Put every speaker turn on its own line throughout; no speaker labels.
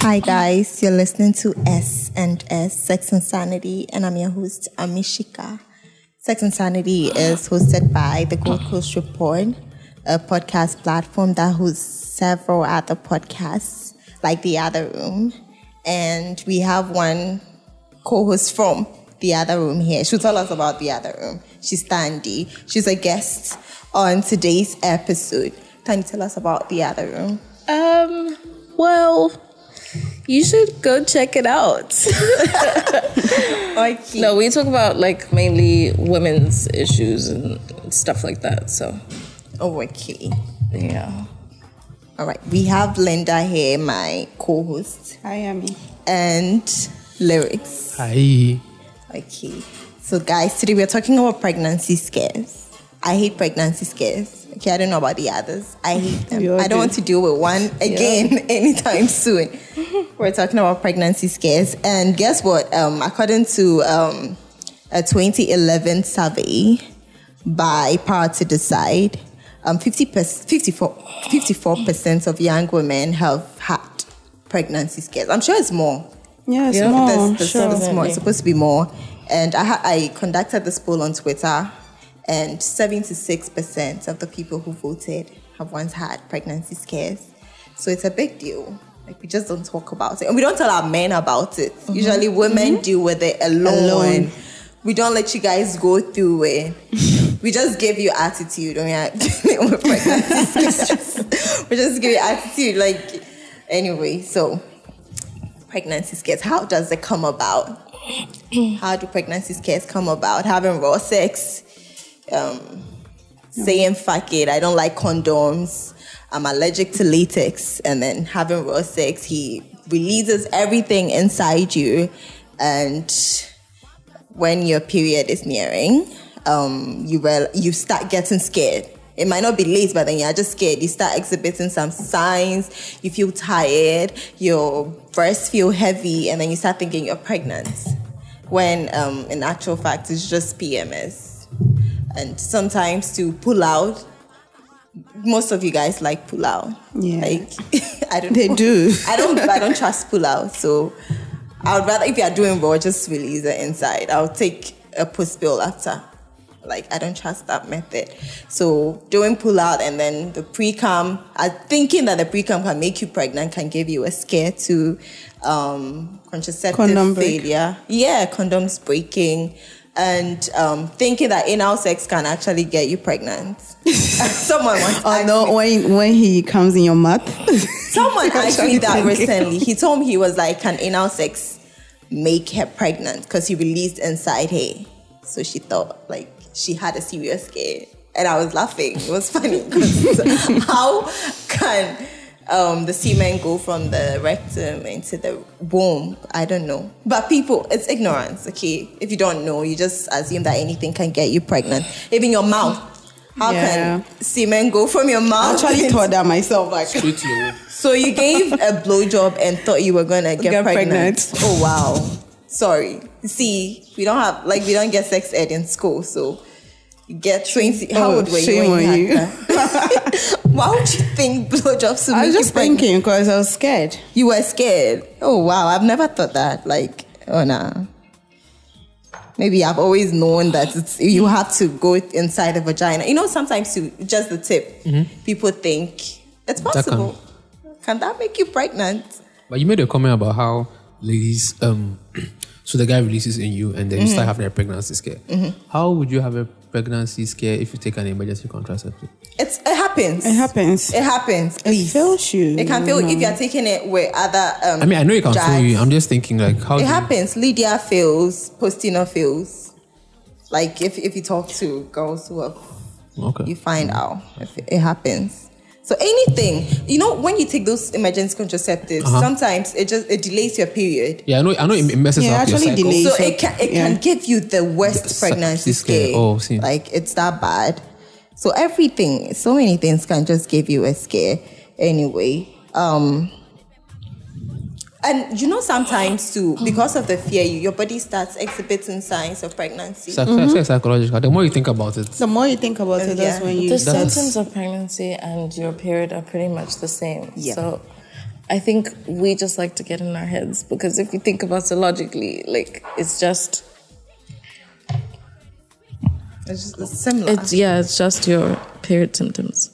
Hi guys, you're listening to S and S Sex and Sanity, and I'm your host Amishika. Sex and Sanity is hosted by the Gold Coast Report, a podcast platform that hosts several other podcasts like The Other Room, and we have one co-host from The Other Room here. She'll tell us about The Other Room. She's Tandy. She's a guest on today's episode. Tandy, tell us about The Other Room.
Um, well, you should go check it out.
Okay.
no, we talk about like mainly women's issues and stuff like that. So,
Oh, okay.
yeah.
All right, we have Linda here, my co-host,
I am.
and lyrics.
Hi.
Okay, so guys, today we are talking about pregnancy scares. I hate pregnancy scares. Okay, I don't know about the others. I hate them.
We all
I don't
do.
want to deal with one again anytime soon. We're talking about pregnancy scares, and guess what? Um, according to um, a 2011 survey by Power to Decide, um, 50 54 percent of young women have had pregnancy scares. I'm sure it's more
Yeah, it's
Yeah.
more.
there's, there's,
sure.
there's more. It's supposed to be more. And I, ha- I conducted this poll on Twitter, and 76% of the people who voted have once had pregnancy scares. So it's a big deal. Like, we just don't talk about it. And we don't tell our men about it.
Mm-hmm.
Usually, women deal with it alone. We don't let you guys go through it. we just give you attitude when we are dealing with pregnancy scares. we just give you attitude. Like, anyway, so pregnancy scares. How does it come about? How do pregnancy scares come about? Having raw sex, um, saying fuck it, I don't like condoms, I'm allergic to latex, and then having raw sex, he releases everything inside you. And when your period is nearing, um, you rel- you start getting scared. It might not be late, but then you're just scared. You start exhibiting some signs. You feel tired. Your breasts feel heavy, and then you start thinking you're pregnant. When um, in actual fact, it's just PMS. And sometimes to pull out, most of you guys like pull out.
Yeah.
Like I don't.
They
know.
do.
I don't I don't trust pull out. So I would rather if you are doing raw, just release it inside. I'll take a puss pill after. Like I don't trust that method. So doing pull out and then the pre cum, I thinking that the pre cum can make you pregnant can give you a scare to um, contraceptive
Condom break.
failure. Yeah, condoms breaking. And um, thinking that anal sex can actually get you pregnant. Someone once
Oh
asked me-
no! When when he comes in your mouth,
Someone asked me
Actually
that
thinking.
recently. He told me he was like, can anal sex make her pregnant? Because he released inside her. So she thought like she had a serious scare. And I was laughing. It was funny. 'Cause how can um, the semen go from the rectum into the womb? I don't know. But people, it's ignorance, okay? If you don't know, you just assume that anything can get you pregnant. Even your mouth. How
Yeah.
can semen go from your
I
mouth?
actually thought that myself. Like,
With you.
So you gave a blowjob and thought you were gonna get,
Get
pregnant.
pregnant.
Oh wow. Sorry. See, we don't have like we don't get sex ed in school, so you get twenty. How
Oh,
old were you?
shame
when
on
you
you.
had that? Why would you think blowjobs would
I
make
was
you
just
pregnant?
thinking because I was scared.
You were scared. Oh wow, I've never thought that. Like, oh nah. Maybe I've always known that it's, you have to go inside the vagina. You know, sometimes you just the tip. People think it's
Mm-hmm. can-
possible. Can. that make you pregnant?
But you made a comment about how ladies, um, so the guy releases in you and then you
Mm-hmm.
start having a pregnancy scare. How would you have a pregnancy scare if you take an emergency contraceptive?
It's it happens.
It happens.
It happens. Please.
fails you.
It can fail you if you're taking it with other. Um,
I mean, I know it can fool
drugs.
you. I'm just thinking, like, how do
It
you-
happens. Lydia fails. Postina fails. Like if if you talk to girls who have
Okay.
you find out if it happens. So anything, you know, when you take those emergency contraceptives,
Uh-huh.
sometimes it just it delays your period.
Yeah, I know. I know it messes
Yeah,
up your
actually
cycle.
delays-
So
so-
it can it
yeah.
can give you the worst
Suck-
pregnancy
this scare.
scare.
Oh, see.
Like it's that bad. So everything, so many things can just give you a scare. Anyway, um, and you know sometimes too because of the fear, you, your body starts exhibiting signs of pregnancy.
Psych-
Mm-hmm.
psych- Psychological. The more you think about it,
The more you think about it, that's
Yeah.
when you.
The
That's-
symptoms of pregnancy and your period are pretty much the same.
Yeah.
So I think we just like to get in our heads because if you think about it logically, like it's just
It's, just, it's similar.
it's yeah, it's just your period symptoms.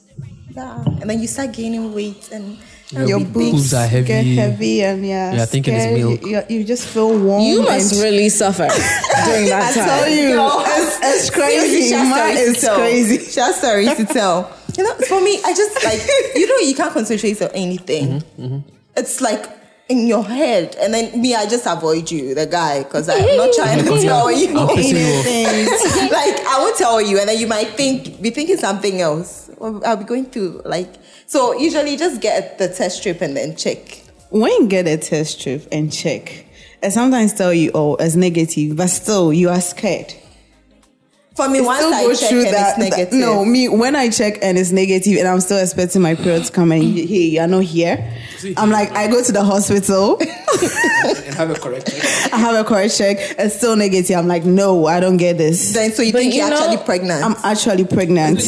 yeah. And then you start gaining weight and
Your
boobs
boobs
are heavy.
get heavy and yeah,
Yeah, I think it is
scared.
milk.
You, you, you just feel warm.
You
and-
must really suffer during that
I
time.
tell you,
it's- it's crazy.
Just
Mine
stories to
is
tell.
crazy.
Just stories to tell. You know, for me, I just like you know you can't concentrate on anything. It's like in your head, and then me, I just avoid you, the guy, because I'm not trying to
Because you're-
tell you.
I'm pissing you off.
Things.
like I will tell you, and then you might think be thinking something else. Or I'll be going through like so. Usually, just get the test strip and then check.
when get a test strip and check, I sometimes tell you, oh, it's negative, but still you are scared.
For me,
It
once
still
I
goes
check
through
and
that-
it's negative.
that- no, me when I check and it's negative, and I'm still expecting my period to come, and you- hey, you're not here. I'm like, I go to the hospital,
and have it corrected.
I have a correct check, it's still negative. I'm like, no, I don't get this.
then so you
But
think
you
you're
know-
actually pregnant.
I'm actually pregnant.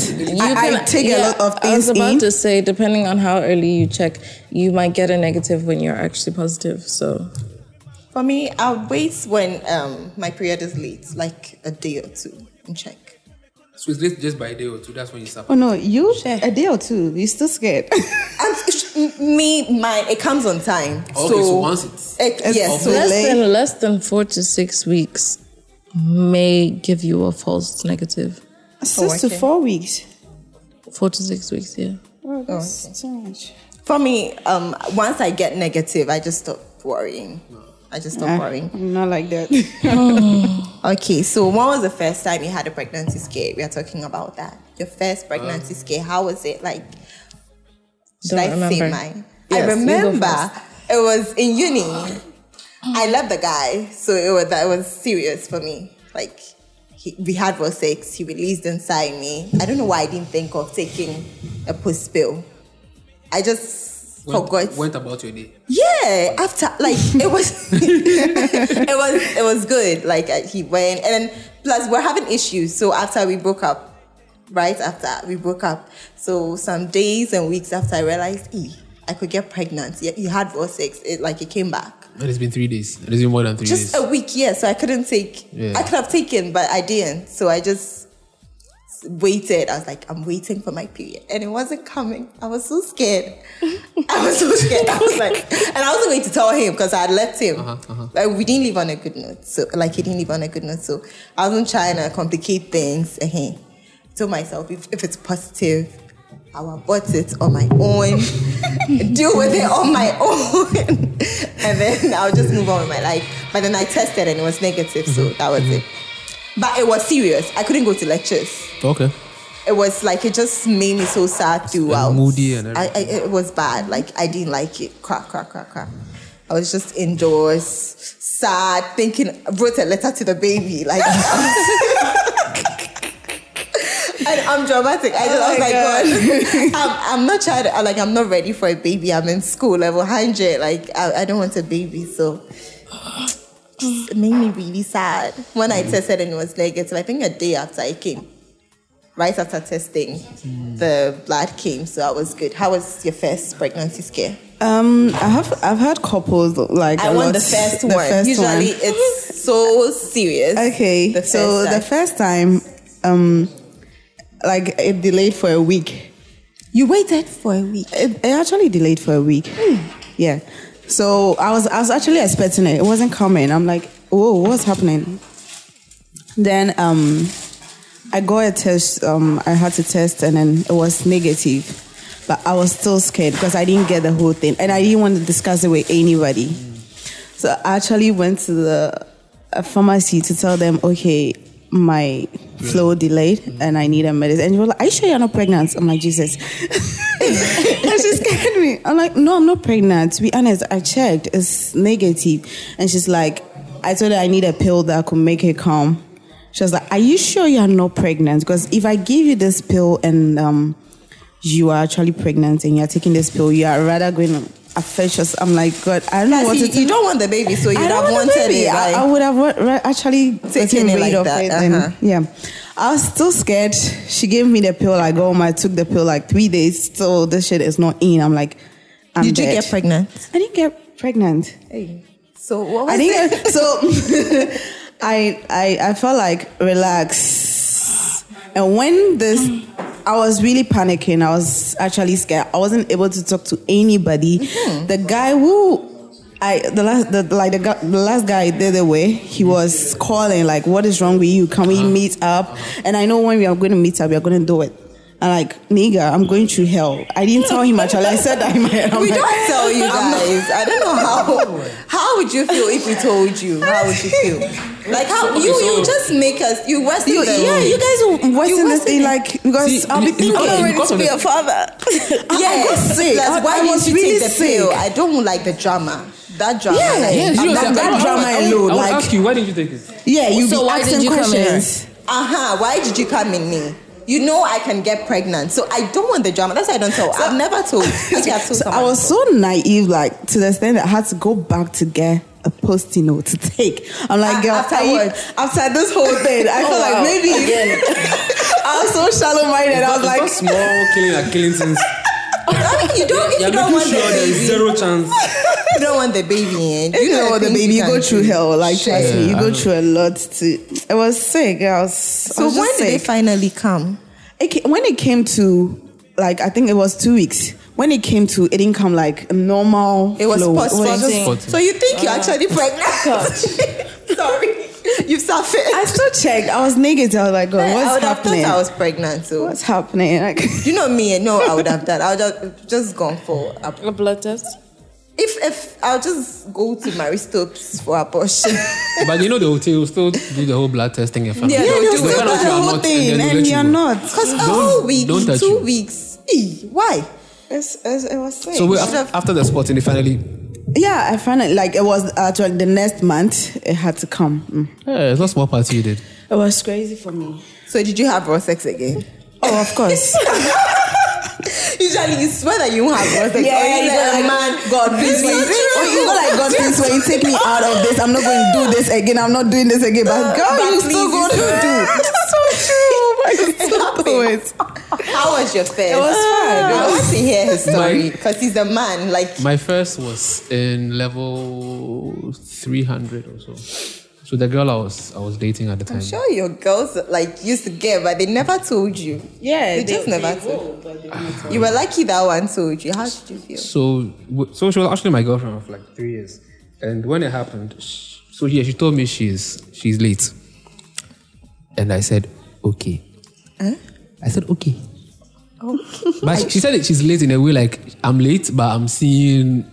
I, I take a
yeah,
lot of
I
things
was about
in.
to say, depending on how early you check, you might get a negative when you're actually positive. So
For me, I wait when um, my period is late, like a day or two, and check.
So it's just by a day or two. That's when you stop.
oh no, you a day or two, you still scared.
And sh- me, my it comes on time.
Oh, Okay,
so,
so once it's-
it,
It's
yes, so
Too
less
late.
than less than four to six weeks may give you a false negative.
Six
Oh,
to
okay.
four weeks.
Four to six weeks, yeah.
Oh, that's too much.
for me, um, once I get negative, I just stop worrying. I just stop worrying.
I'm not like that.
Okay, so when was the first time you had a pregnancy scare? We are talking about that. Your first pregnancy scare. How was it? Like, should
Don't
I say
remember.
mine?
Yes,
I
you go
remember it was in uni. I loved the guy, so it was that was serious for me. Like, he, we had raw sex. He released inside me. I don't know why I didn't think of taking a post pill. I just forgot.
Went about your day.
Yeah, after like it was, it was it was good. Like uh, he went, and then, plus we're having issues. So after we broke up, right after we broke up, so some days and weeks after, I realized, e I could get pregnant. Yeah, you had raw sex. It like it came back.
And it's been three days. It's been more than three
Just
days.
a week, yeah. So I couldn't take.
Yeah.
I could have taken, but I didn't. So I just waited. I was like, I'm waiting for my period, and it wasn't coming. I was so scared. I was so scared. I was like, and I wasn't going to tell him because I had left him.
Uh-huh, uh-huh.
Like we didn't leave on a good note. So like he didn't leave on a good note. So I wasn't trying to complicate things. uh Told myself if, if it's positive. I'll abort it on my own, deal with it on my own, and then I'll just move on with my life. But then I tested and it was negative, so
Mm-hmm.
that was it. But it was serious. I couldn't go to lectures
uh,
okay.
it was like it just made me so sad throughout.
moody and
I, I,
everything.
it was bad. Like I didn't like it. Crack, crack, crack, crack. I was just indoors, sad, thinking. Wrote a letter to the baby, like. And I'm dramatic. I just, I was
my
like, God, I'm, I'm not trying to, I'm like, I'm not ready for a baby. I'm in school level 100. Like, I, I don't want a baby. So it made me really sad when
Mm-hmm.
I tested and it was negative. I think a day after I came, right after testing,
Mm.
the blood came, so I was good. How was your first pregnancy scare?
Um, I have I've had couples like
I
a
want
lot.
the first
The
one.
first
Usually,
one.
it's so serious.
Okay,
the
so
first
the
time.
first time, um, like it delayed for a week.
you waited for a week. Hmm.
It, it actually delayed for a week. Yeah. So I was I was actually expecting it. It wasn't coming. I'm like, whoa, what's happening? Then um, I got a test. Um, I had to test, and then it was negative. But I was still scared because I didn't get the whole thing, and I didn't want to discuss it with anybody. uh, So I actually went to the a pharmacy to tell them, okay, my flow delayed and I need a medicine. And you were like, Are you sure you're not pregnant? I'm like, Jesus. and she scared me. I'm like, No, I'm not pregnant. To be honest, I checked. It's negative. And she's like, I told her I need a pill that could make her calm. She was like, Are you sure you're not pregnant? Because if I give you this pill and um, you are actually pregnant and you're taking this pill, you are rather going to affect yourself. I'm like, God, I don't know what
you,
to
you don't want the baby, so you would have
don't want a
wanted
baby.
it.
I,
Like,
I would have wa- ra- actually taken
it
rid
like
of
that,
it. and-
uh-huh.
yeah, I was still scared. She gave me the pill. I go home. I took the pill like three days. Still, this shit is not in. I'm like, I'm
did you
dead.
get pregnant?
I didn't get pregnant.
So what was
I
it?
didn't. Get, so I, I I felt like relax. And when this, I was really panicking. I was actually scared. I wasn't able to talk to anybody.
Mm-hmm.
The guy who. I the last the like the, guy- the last guy the other way he was calling like what is wrong with you can
Uh-huh.
we meet up and I know when we are going to meet up we are going to do it and like nigga I'm going through hell I didn't tell him actually I said that in my head I'm
we
like,
don't tell you guys. I don't know how. How would you feel if we told you? How would you feel? Like how you you just make us you wasted
You,
the
yeah, you guys will wasting this thing like because
See,
I'll be
you- you-
thinking.
okay, because of the-
father.
I got
yes.
sick. I-
Plus, why
I was
didn't you
really
take the pill?
sick.
I don't like the drama. That drama.
Yeah.
like,
Yes, you- that- that drama alone,
I would
like-
ask you, why didn't you take it?
yeah, you
So
be
why did
asking
you come here?
questions.
uh huh. Why did you come in me? You know I can get pregnant, so I don't want the drama. That's why I don't tell. I've never told. I think I've told
So
someone.
I was so naive, like to the extent that I had to go back to get a post-it note to take. I'm like,
A-
girl,
after
are you-
what?
after this whole thing, I feel like maybe I was so shallow-minded. I was
It's not
like,
small killing and killing things.
I mean, you don't. If
You're
you don't
making
want the
sure there is
baby,
zero chance.
you don't want the baby in.
you
know
know,
the
the
things
baby, you
can
go through
do.
hell. Like,
Shit.
trust me, you
Yeah, I
go
know.
through a lot. To I was sick. I was I
So
was
when
just
did they
sick.
finally come?
it ca- when it came to like I think it was two weeks. When it came to, it didn't come like a normal.
It was
flow.
postpartum.
just- Postpartum.
so you think you're actually pregnant? Sorry, you've suffered.
I still checked. I was naked. I was like, God,
I would
what's happening?
have thought I was pregnant. So
what's happening? Like,
you know me. No, I would have done. I would have just gone for a
A blood test.
If if I'll just go to Mary Stopes for abortion.
But you know they will, they will still do the whole blood testing and find
Yeah,
out.
they'll
They'll
still
find
do
out
the
you are
whole
not, then they'll let
and you're
go.
not.
Because a
Don't-
whole week,
don't touch
two
you.
weeks. Eh, Why?
It's, it's, it was sick.
So wait,
Should've-
after, after the spotting, they finally.
yeah, I found it like it was actually the next month. It had to come. Mm.
Yeah, it's not small party you did.
It was crazy for me.
So did you have raw sex again?
Oh, of course.
Usually you swear that you won't have raw sex. or you let a man,
God, please, when you, or you go like, God, please, when you take
Oh,
me out of this, I'm not going to do this again. I'm not doing this again. But
Uh,
God,
but
you
please,
still
you
going to do.
still
so true. Oh my God,
It How was your first? It
was fine.
I want to hear his story
My-
because he's a man. Like
My first was in level 300 or so. So the girl I was I was dating at the time.
I'm sure your girls like used to get, but they never told you.
Yeah,
they, just never told. you were lucky that one told you. How did you feel?
So w- so she was actually my girlfriend for like three years, and when it happened, sh so yeah, she told me she's she's late, and I said okay.
Eh?
I said okay. But she, she said that she's late in a way like I'm late, but I'm seeing.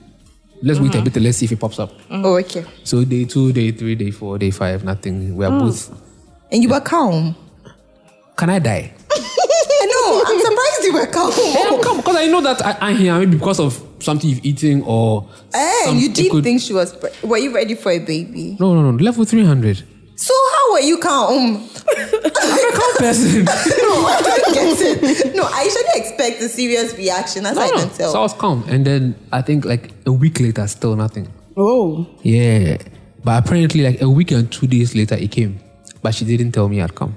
Let's
Uh-huh.
wait a bit. and Let's see if it pops up.
Oh, okay.
So day two, day three, day four, day five, nothing. We are
Oh.
both.
And you were calm.
Can I die?
no, I'm surprised you were calm.
Yeah, come, because I know that I, I'm here maybe because of something you've eaten or.
Hey,
some-
Eh, you
it
did
could-
think she was. Pre- were you ready for a baby?
No, no, no. Level three hundred.
So how were you calm?
Person.
no, I don't get it. No, I usually expect a serious reaction. That's why I can tell.
So I was calm, Oh, and then I think like a week later, still nothing.
Oh,
Yeah, but apparently like a week and two days later, it came, but she didn't tell me I'd come.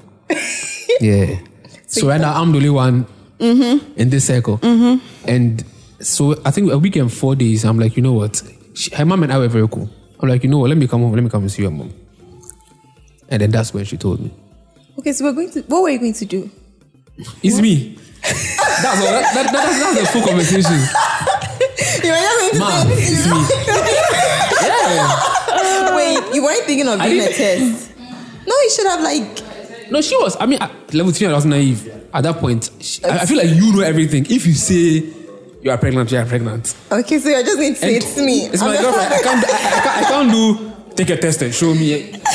yeah. So right now I'm the only one
Mm-hmm.
in this circle, and so I think a week and four days, I'm like, you know what? She, her mom and I were very cool. I'm like, you know what? Let me come home. Let me come and see your mom. And then that's when she told me,
okay, so we're going to. What were you going to do?
"It's me." that's all. That, that, that's, that's the full conversation.
You were just
Mom,
going to
it's
say.
me. Yeah.
Wait, you weren't thinking of
I
doing a
didn't-
test. No, you should have like.
No, she was. I mean, at level three, I was naive. At that point, she, I, I feel like you know everything. If you say you are pregnant, you are pregnant.
Okay, so you're just going to say
And
it's me.
It's
I'm
my
just-
girlfriend. I can't, I, I can't. I can't do. Take a test and show me.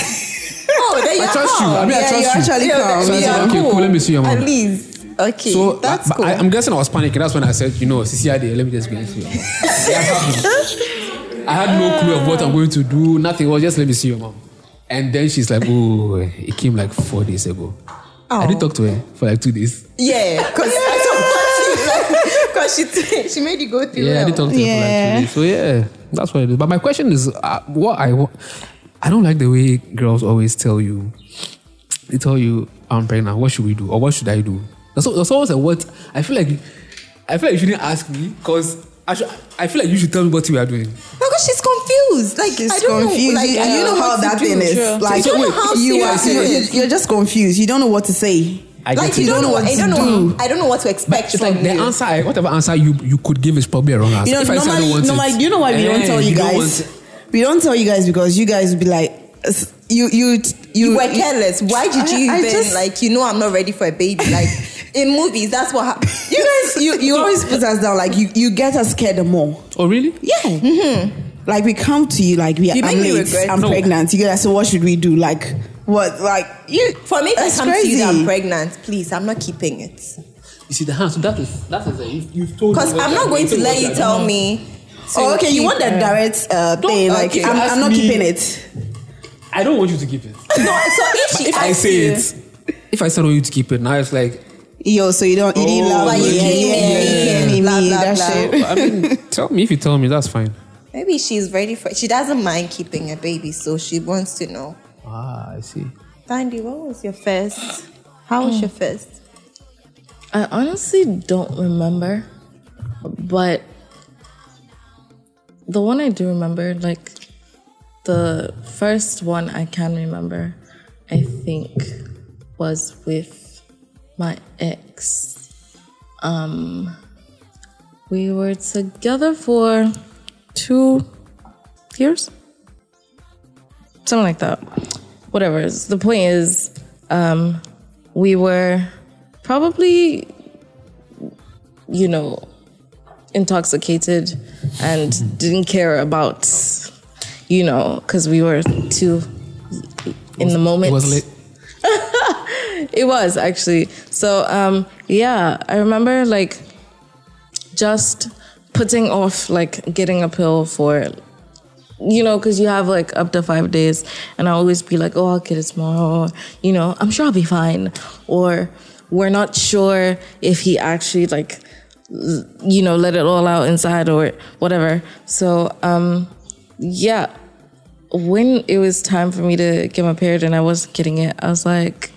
Oh, then
I trust you. I mean, I
yeah,
trust
you're
you.
actually calm.
So I said,
yeah.
okay, cool. Let me see your mom.
At least. Okay.
So
that's
I,
cool.
I, am guessing I was panicking. That's when I said, you know, CCID, let me just go and see your mom. That happened. I had no clue of what I'm going to do. Nothing. Well, just let me see your mom. And then she's like, oh, it came like four days ago. I didn't talk to her for like two days.
yeah, because she she made you go through.
Yeah, I
hell.
didn't talk to
Yeah.
her for like two days. So yeah, that's what it is. But my question is, uh, what I wa- I don't like the way girls always tell you. They tell you, "I'm pregnant. What should we do? Or what should I do?" That's, al- that's always a what. I feel like I feel like you shouldn't ask me because I should, I feel like you should tell me what you are doing.
No, because she's confused. Like
It's
I don't
confused.
know. Like
you,
I
you
don't
know how
what to
that
do.
thing is.
Sure.
Like
So wait,
you are,
serious it is.
you, are just confused. You don't know what to say.
I get
Like
it.
you don't know. What, I
to
don't know.
do.
I don't know what to expect
It's
from
like the
you.
answer, I, whatever answer you, you could give is probably a wrong answer.
You know,
if I say I
normally,
don't want
normally,
it,
you know why we don't
eh,
tell you,
don't
guys?
want it.
we don't tell you guys because you guys be like, s- you, you, you,
You were careless. Why did you
I- I
even
just-
like? You know, I'm not ready for a baby. Like in movies, that's what happens.
you guys, you, you always put us down. Like you, you get us scared more.
oh really?
Yeah. Like we come to you, like we are.
You make
I'm
me
late.
regret-
I'm
No.
pregnant. You guys, so what should we do? Like what? Like you?
For me, if I
That's
come to you that I'm
crazy.
pregnant, please, I'm not keeping it.
You see the hand. So that is that is it. You've, you've told. me
Because
what
I'm
you
not
are
going to
doing,
let
what
you
are
tell
doing.
me. to
Oh, okay, you
keep-
want the direct uh, thing? Like
okay,
I'm,
ask
I'm not
me.
keeping it.
I don't want you to keep it.
No, so if she
if I
asks
say
you,
it, if I said oh you to keep it, now it's like
Yo, so you don't you didn't
Oh,
love
But you
me.
came in,
yeah,
you came in, blah,
me,
blah,
that
blah.
shit.
I mean, tell me if you tell me, that's fine.
maybe she's ready for. She doesn't mind keeping a baby, so she wants to know.
Ah, I see.
Dandy, what was your first? How
Hmm.
was your first?
I honestly don't remember, but the one I do remember, like the first one I can remember, I think was with my ex. Um, we were together for two years, something like that. Whatever. The point is, um, we were probably, you know, intoxicated and didn't care about, you know, because we were too in the moment.
It was late.
It was actually. So um yeah, I remember like just putting off like getting a pill for you know because you have like up to five days and i always be like oh i'll get it tomorrow or, you know i'm sure i'll be fine or we're not sure if he actually like l- you know let it all out inside or whatever so um yeah when it was time for me to get my period and i wasn't getting it i was like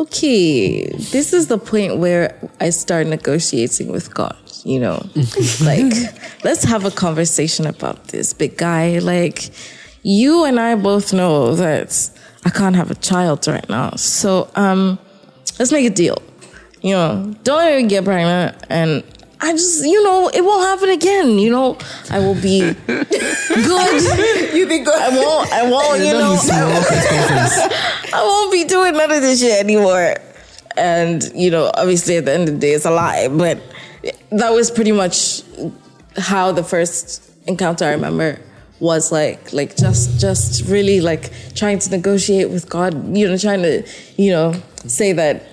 okay, this is the point where I start negotiating with God, you know? like, let's have a conversation about this, big guy. Like, you and I both know that I can't have a child right now. So, um, let's make a deal. You know, don't ever get pregnant and I just, you know, it won't happen again. You know, I will be good. you be good. I won't. I won't. You know, I won't be doing none of this shit anymore. And, you know, obviously at the end of the day, it's a lie, but that was pretty much how the first encounter I remember was like like just just really like trying to negotiate with God, you know, trying to, you know, say that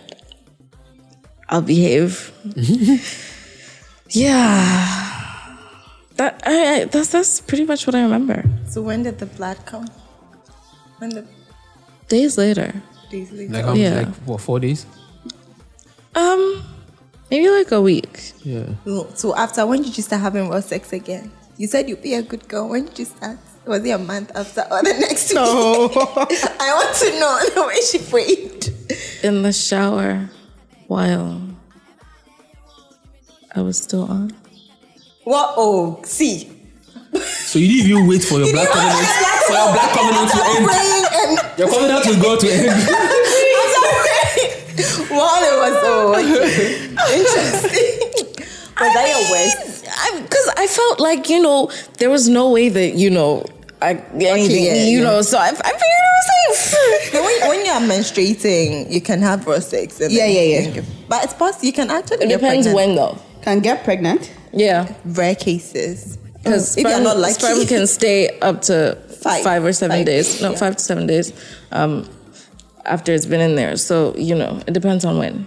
I'll behave. yeah. That I, I, that's that's pretty much what I remember.
So when did the blood come? When the
Days later.
days later?
Like, um,
Yeah.
like what four days?
Um maybe like a week.
Yeah.
So- So after when did you start having raw sex again? You said you'd be a good girl. When did you start? Was it a month after or the next no. I want to know the way she prayed.
in the shower while I was still on.
What? Oh, see.
So you didn't even wait for your black covenant, for your black covenant to end.
Praying and
Your covenant with God to end.
While it was so interesting. Was that your worst?
Because I felt like, you know, there was no way that, you know, I, anything,
yeah,
you
yeah.
know, so I, I figured it was safe.
No, when, when you're menstruating, you can have raw sex. and
Yeah, yeah,
then- But it's possible you can actually.
it
get
depends
pregnant.
when, though.
Can get pregnant.
Yeah.
Rare cases.
Because
Mm, if you're not lucky,
sperm can stay up to
Five.
five, or seven
Five.
days. No,
Yeah.
five to seven days. Um, after it's been in there. So, you know, it depends on when.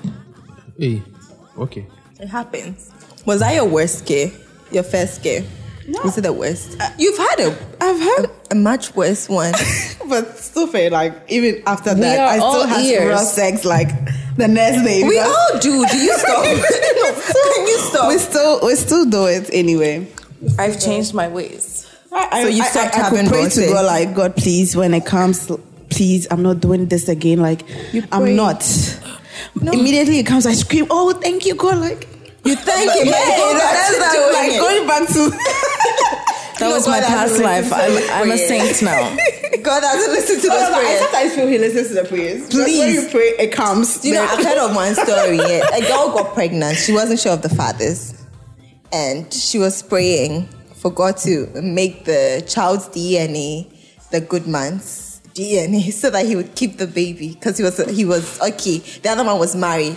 Hey, okay.
It happens. Was that your worst scare? Your first scare? No. Was it the worst? You've had a,
I've had,
a much worse one.
but still fair. Like even after that,
are
I
all
still had
ears.
raw sex. Like the next day,
we
because
all do. Do you stop? Can you stop?
we still we still do it anyway.
I've changed my ways.
I,
So you
I-
stopped
I, I,
having
could pray
raw
to
sex?
God, like God, please, when it comes, please, I'm not doing this again. Like
pray.
I'm not. Immediately it comes, I scream, "Oh, thank you, God!" Like
You thank him.
Yeah,
Yeah,
that's
that's
the- like
doing
going back to.
That was my
God has
past
a
life. I'm, I'm a saint now.
it. God doesn't listen to those prayers.
sometimes feel he listens to the prayers.
Because when you
pray, it comes.
Do you know, I've heard of one story. Yeah. A girl got pregnant. She wasn't sure of the fathers. And she was praying for God to make the child's DNA the good man's DNA so that he would keep the baby because he was he was okay. The other one was married.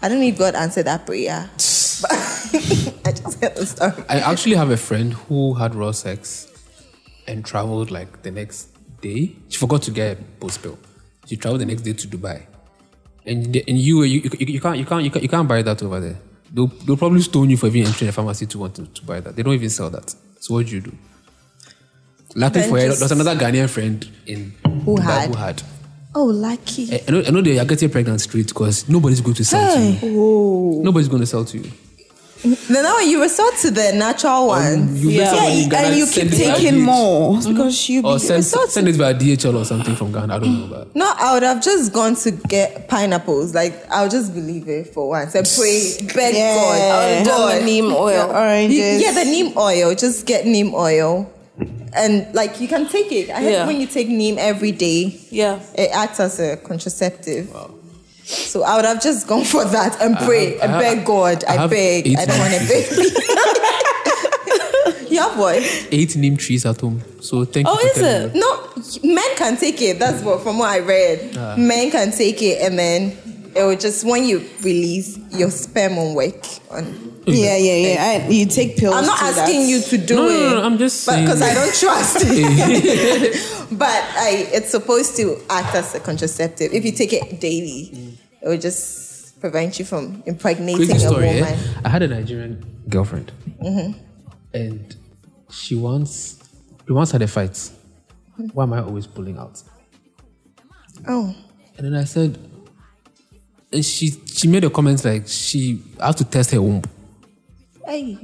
I don't know if God answered that prayer. But I just heard the story.
I actually have a friend who had raw sex and traveled like the next day. She forgot to get a post pill. She traveled the next day to Dubai. And the- in UAE, you, you, you can't you can't you can't you can't buy that over there. They'll, they'll probably stone you for even entering a pharmacy to want to, to buy that. They don't even sell that. So what do you do? Luckily
Then
for her,
just-
there's another Ghanaian friend in
Who
Dubai
had.
who had. Eh,
Oh, lucky.
I I know, I know they are getting pregnant straight because nobody's going to sell to you. Nobody's going to sell to you.
Then now you resort to the natural ones.
you
Yeah.
better
yeah,
when
you-
Ghana
and you
send
keep
it by DHL.
taking more
Mm-hmm.
because you.
Or
be-
send, send it by DHL or something from Ghana. I don't know about.
No, I would have just gone to get pineapples. Like I'll just believe it for once and pray, beg
Yeah.
God.
I would have done the neem
Your
oil.
You-
oranges.
yeah, the neem oil. Just get neem oil, and like you can take it. I heard
Yeah.
when you take neem every day,
Yeah.
it acts as a contraceptive. So I would have just gone for that and pray
have- I
and
have-
beg God.
I
I,
have
beg.
eight
I don't want a baby. you have what?
Eight neem trees at home. So thank
Oh,
you. for
is
telling
it?
me.
No, men can take it. That's what from what I read. men can take it, and then it will just when you release your sperm will work.
Mm.
On.
yeah, yeah, yeah. I, you take pills.
I'm not
to that.
asking you to do
No,
it.
no, no, I'm just saying.
because I don't trust it. but I, it's supposed to act as a contraceptive. If you take it daily, it will just prevent you from impregnating
Quick
a
story.
woman.
eh? I had a Nigerian girlfriend, and she once we once had a fight. Why am I always pulling out?
Oh,
And then I said, and she she made a comment like she I have to test her womb.
hey,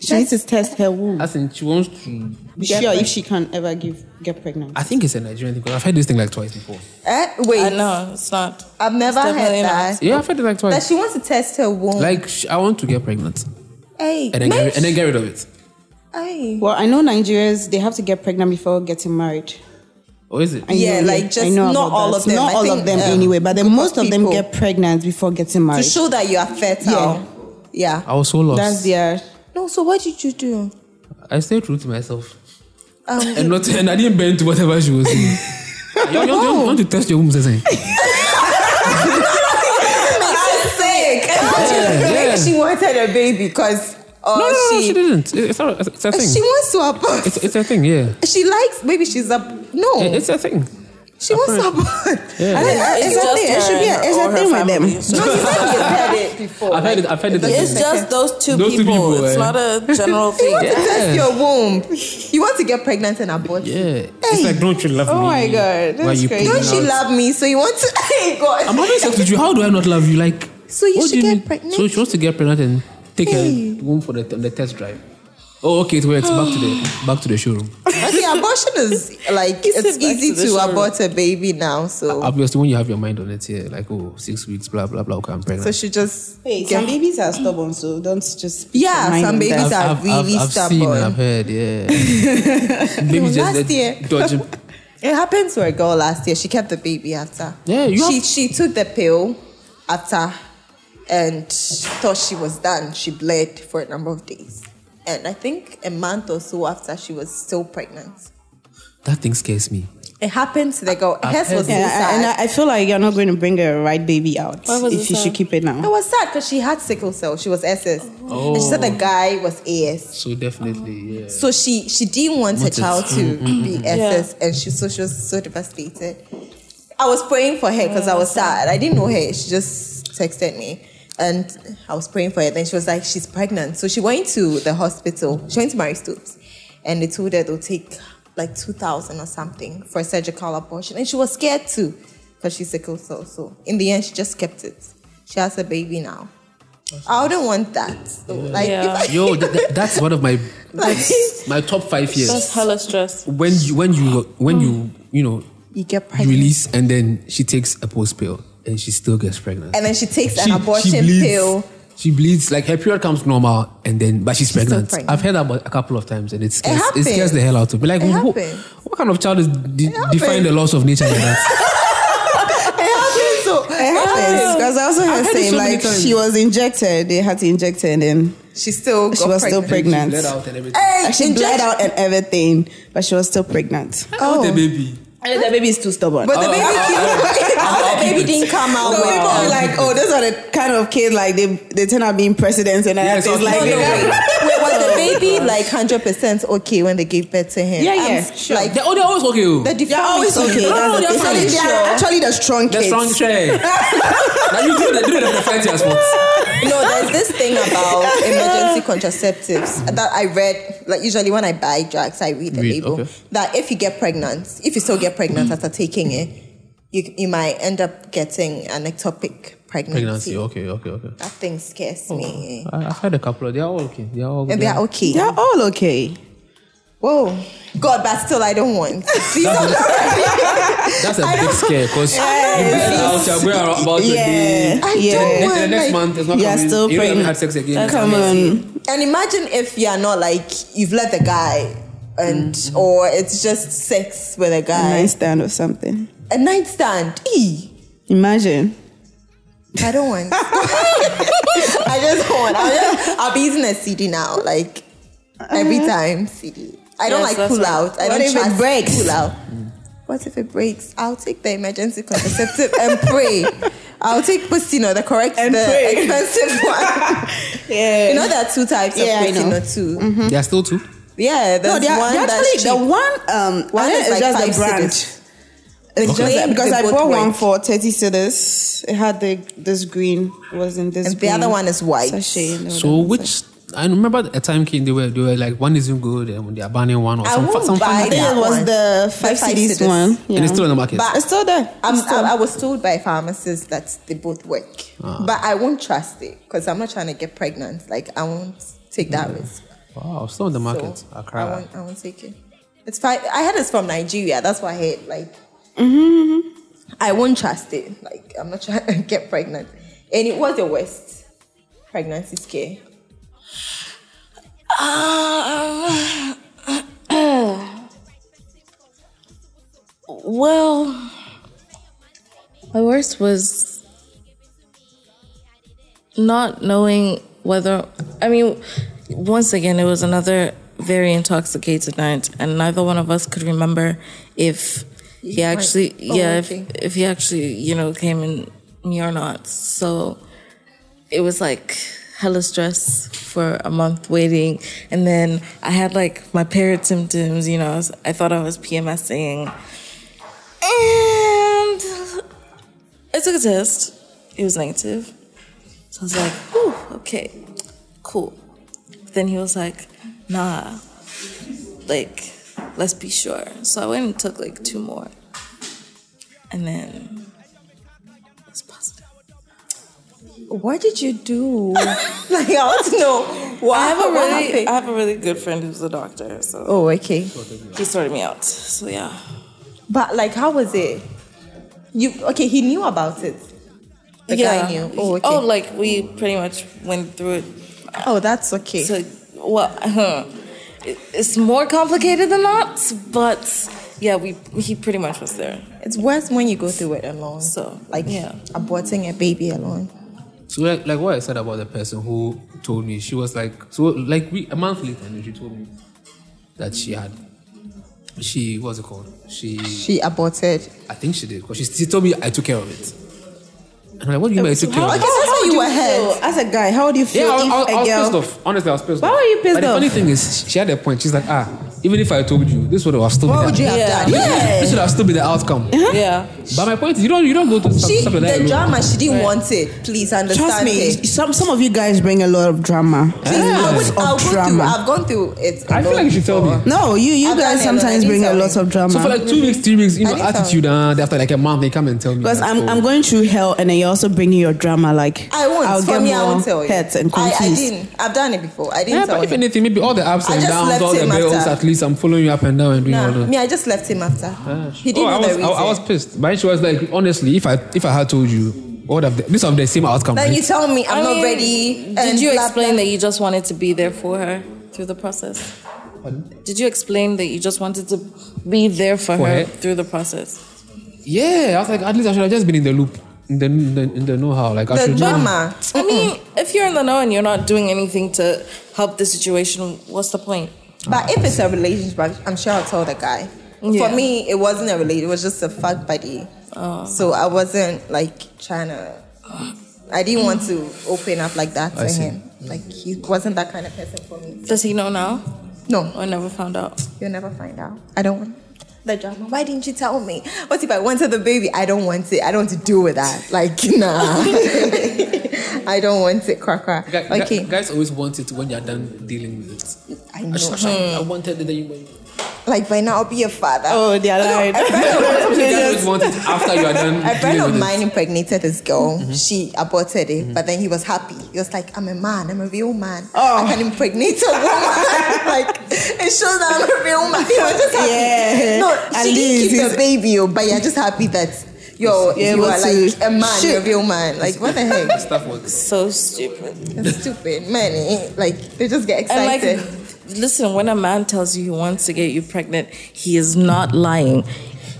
She needs to test her womb.
As in she wants to.
Be sure if she can ever give get pregnant.
I think it's a Nigerian thing because I've heard this thing like twice before.
eh,
I
wait,
know, it's not.
I've never
It's
heard
definitely not.
that.
Yeah, I've heard it like twice.
That she wants to test her womb.
Like sh- I want to get pregnant
hey,
and then
men-
get, and then get rid of it.
hey.
Well, I know Nigerians they have to get pregnant before getting married.
Or is it?
I
Yeah,
know-
like, just not
about
all
that.
of them.
Not
I
all
think,
of them
um,
anyway, but then
group
most
of
of them
people.
get pregnant before getting
to
married.
show that you are fertile. Yeah.
I was so lost.
That's their
No, so what did you do?
I stayed true to myself.
Um,
And not and I didn't bend to whatever she was saying. you, you- you- you want to test your womb, Zezé?
I'm sick.
yeah.
She wanted a baby because oh,
No, no, no, she
she,
didn't. It- It's, not, it's a thing.
she wants to abort.
it's, it's a thing, yeah.
she likes maybe she's a no.
It- It's a thing.
she wants to abort.
Yeah.
I think
It's
it's a
just
thing. It should be a,
her
it's
or
a
her
thing with
family,
them.
so-
No, she said she had it before.
I've heard it. I've heard it.
It's just those two
Those two
people.
people,
it's
eh?
not a general thing.
You want to
Yeah.
test your womb. You want to get pregnant and abort.
yeah. It's like, don't you love me?
Oh my God,
Why
that's
you
crazy.
pulling
Don't you
out?
love me? So you want to? Hey God.
I'm having sex with you. How do I not love you? Like,
So you
what do
should get
mean?
pregnant.
So she wants to get pregnant and take
Hey.
her womb for the, on the test drive. Oh, okay, it works. Back to the back to the showroom.
okay, abortion is like
You said
it's
back
easy
to the
to,
shower.
abort a baby now. So
Obviously, when you have your mind on it, yeah, like oh, six weeks, blah blah blah. Okay, I'm pregnant.
so she just
Hey,
get
some babies are stubborn, so don't just.
Yeah, some babies are really
I've Seen
stubborn.
and I've heard, yeah. Maybe just
last
let-
year.
dodge him.
It happened to a girl last year. She kept the baby after.
Yeah, you
she
have-
she took the pill after and thought she was done. She bled for a number of days. And I think a month or so after she was still pregnant.
That thing scares me.
It happened to the girl. Hers was so
Yeah, I-
sad.
and I, I feel like you're not going to bring a right baby out
Why was
if
it
you
sad?
should keep
it
it now.
was sad because she had sickle cell. She was SS. And she said the
Oh.
guy was AS.
So definitely, yeah.
So she she didn't want her
Wanted-
child to be SS, and she so she was so devastated. I was praying for her because I was sad. I didn't know her. She just texted me. And I was praying for her. Then she was like, she's pregnant. So she went to the hospital. She went to Mary Stoops. And they told her they'll take like 2000 or something for a surgical abortion. And she was scared too because she's sickle cell. So in the end, she just kept it. She has a baby now. I wouldn't want that. So, Like,
Yeah.
if I-
Yo, th- th- that's one of my
like,
my top five
That's
years.
hella stress.
When you when you when you you know
you get Mm.
you
pregnant.
release and then she takes a post pill and she still gets pregnant.
And then she takes an
She-
abortion
she bleeds,
pill.
She bleeds like her period comes normal and then but she's,
She's still
pregnant.
pregnant.
I've heard that about a couple of times and it scares it, scares
happens.
the hell out of me. Like
It
who- what,
happens.
kind of child is de-
happens.
defying the laws of nature like that?
so,
It happens because I also heard
heard it
saying
so many
like
times.
she was injected, they had to inject her, and then
she still got
she was still
pregnant.
pregnant.
She bled out and everything.
Hey,
She bled
injection.
out and everything, but she was still pregnant.
How
oh.
the baby.
And the baby is too stubborn.
Oh,
But the baby, came, Oh. the baby didn't come out.
So
well.
people are like, oh, those are the kind of kids like they they turn out being presidents and
Yes,
everything.
okay. No,
like
No,
no,
wait. Wait, was the baby like hundred percent okay when they gave birth to him?
Yeah,
I'm
yeah,
s-
sure.
Like
They- oh, they're always okay. oh.
the
they're always
deformity.
okay.
No, no,
That's the
they're
thing.
fine.
They are
Sure.
actually the strong
The
kids.
strong chair. now you do the, do the fight your sports.
No, there's this thing about emergency contraceptives that I read. Like usually when I buy drugs, I read the
Read,
label
okay.
that if you get pregnant, if you still get pregnant after taking it, you you might end up getting an ectopic pregnancy.
Pregnancy. Okay, Oh. okay, okay.
That thing scares me.
I, I've had a couple of. They're all okay. They're all.
And they are okay.
They're all okay.
Whoa, God, but still I don't want. Please don't
That's a big scare because you're going about your day.
Yeah,
I
yeah.
don't
Next,
want,
the
Oh,
next
like-
month is not
You're
coming.
still
you don't even
pregnant.
have sex again.
Come on.
And imagine if you are not like you've let the guy, and
Mm-hmm.
or it's just sex with a
A
guy,
nightstand or something.
a nightstand. Eee.
Imagine.
I don't want. I just want. I'll, just, I'll be using a CD now, like every
Uh-huh.
time CD. I don't
Yes,
like
that's
pull
right.
out. I
What
don't
if it
trust
breaks? Mm.
Pull out. What if it breaks? I'll take the emergency contraceptive and pray. I'll take Pustino, the correct,
And
the
pray.
expensive one.
Yeah.
you know there are two types
Yeah, I
of
know.
Pustino too.
There are still two.
Yeah, there's
no, they're,
one
they're
that's
actually the
cheap.
one. Um,
One
one
is
is
like
just
five
the brand.
cedis.
It's just
Okay.
that- because
They
I
both
bought one
work.
for thirty cedis. It had the this green. It was in this.
And the other
green
one is white.
Sachet, and the
So
other one
which I remember a time came they were they were like one isn't good and they are banning one or
I
some,
won't
some
buy
funny
I think
that
it was
one.
the five
five
cities
cities.
one.
And
and
yeah.
it's still in the market.
But-
It's still there.
I'm,
It's still-
I, I was told by pharmacists that they both work, but I won't trust it because I'm not trying to get pregnant. Like I won't take that risk.
wow, still in the market.
So
I
I
cry.
won't. I won't take it. It's fine. I heard it's from Nigeria. That's why I hate. Like I won't trust it. Like I'm not trying to get pregnant. And it was the worst pregnancy scare.
Well, my worst was not knowing whether. I mean, once again, it was another very intoxicated night, and neither one of us could remember if he
went-
actually,
oh,
yeah,
okay.
if, if he actually, you know, came in me or not. So it was like hella stress for a month waiting. And then I had like my period symptoms, you know, I, was, I thought I was PMSing. And I took a test, it was negative. So I was like, Ooh, okay, cool. Then he was like, nah, like, let's be sure. So I went and took like two more. And then it's positive.
What did you do? like I want to know. What,
I have a
what
really,
happened?
I have a really good friend who's a doctor, so
oh, okay.
he sorted me out. So yeah,
But like, how was it? You okay? He knew about it. The
yeah.
guy knew. Oh, okay.
Oh,
Oh,
like we pretty much went through it.
that's okay.
So well, huh. It- it's more complicated than that, but yeah, we he pretty much was there.
it's worse when you go through it alone.
So,
like,
yeah.
aborting a baby alone.
So like, like what I said about the person who told me, she was like so like we a month later and she told me that she had she what's it called? She
She aborted.
I think she did because she, she told me I took care of it. And I'm like, what do you mean I took care of
Okay,
it?
so that's why you were
So
hurt.
as a guy, how would you feel
Yeah, I, I,
if
I
a
was
girl?
pissed off. Honestly, I was pissed
Why
off.
were you pissed
but
off?
The funny thing is, she had a point. She's like, ah, Even if I told you, this would have still
What
been
would
the,
you have
Yeah.
done?
this would have still been the outcome.
Yeah.
But my point is, you don't you don't go to
She,
stuff like that.
Uh-huh. the
alone.
drama, she didn't want it. Please understand
Trust me,
it.
some some of you guys bring a lot of drama.
Please, I would, I'll go
Of
through,
drama.
I've gone through it.
I feel like you should tell me.
No, you you
I've done
guys
it alone. I
sometimes
didn't
bring a
tell
lot
you.
of drama.
So for like two weeks, three weeks, you know,
I didn't tell
attitude, and after like a month, they come and tell me. oh.
because
that,
I'm,
so-
I'm going through hell and then you're also bringing your drama like
I won't.
I'll
For
get
me,
more
I won't tell you.
hurt and
I, I
confused.
didn't. I've done it before. I didn't
Yeah,
tell
but if
him.
anything, maybe all the ups
I
and
just
downs,
left
all the
him
bills,
after.
at least I'm following you up and down and doing
Nah,
all that.
me, I just left him after. He didn't
oh,
know
I was,
the reason.
I, I was pissed. But she was like, honestly, if I if I had told you, what have the, this of the same outcome?
then
right?
you tell me I'm
I
not
mean,
ready.
Did
and
you
blah,
explain
blah.
that you just wanted to be there for her through the process? Did you explain that you just wanted to be there for,
For
her,
her?
through the process?
yeah, I was like, at least I should have just been in the loop, in the in the, in the know-how. Like I
the
should
drama?
I mean, if you're in the know and you're not doing anything to help the situation, what's the point?
But if it's a relationship, I'm- I'm sure I'll tell the guy.
Yeah.
For me, it wasn't a relationship. It was just a fuck buddy. So I wasn't like trying to. I didn't want to open up like that to
I see.
him. Like he wasn't that kind of person for me.
Does he know now
No,
or never found out?
you'll never find out. I don't want the drama. Why didn't you tell me? What if I wanted the baby? I don't want it. I don't want to deal with that. Like nah, I don't want it. Cracka. Okay,
guys always want it when you're done dealing with it.
I know. Hmm.
I wanted it. You,
Like by now, I'll be a father.
Oh, they are lying.
A friend of mine-
always want it after you are done.
A friend of mine impregnated this girl.
Mm-hmm.
She aborted it, but then he was happy. He was like, I'm a man, I'm a real man.
Oh.
I can impregnate a woman. like, it shows that I'm a real man. He was just happy.
Yeah.
No,
At
she didn't
least
keep
it's-
the baby, oh, but you're just happy that you're,
Yeah,
you
but
are
to-
like a man,
Shit.
you're a real man. Like, what the heck?
Stuff works.
So stupid.
That's stupid. Man, eh? like, they just get
And
excited.
like, listen, when a man tells you he wants to get you pregnant, he is not lying.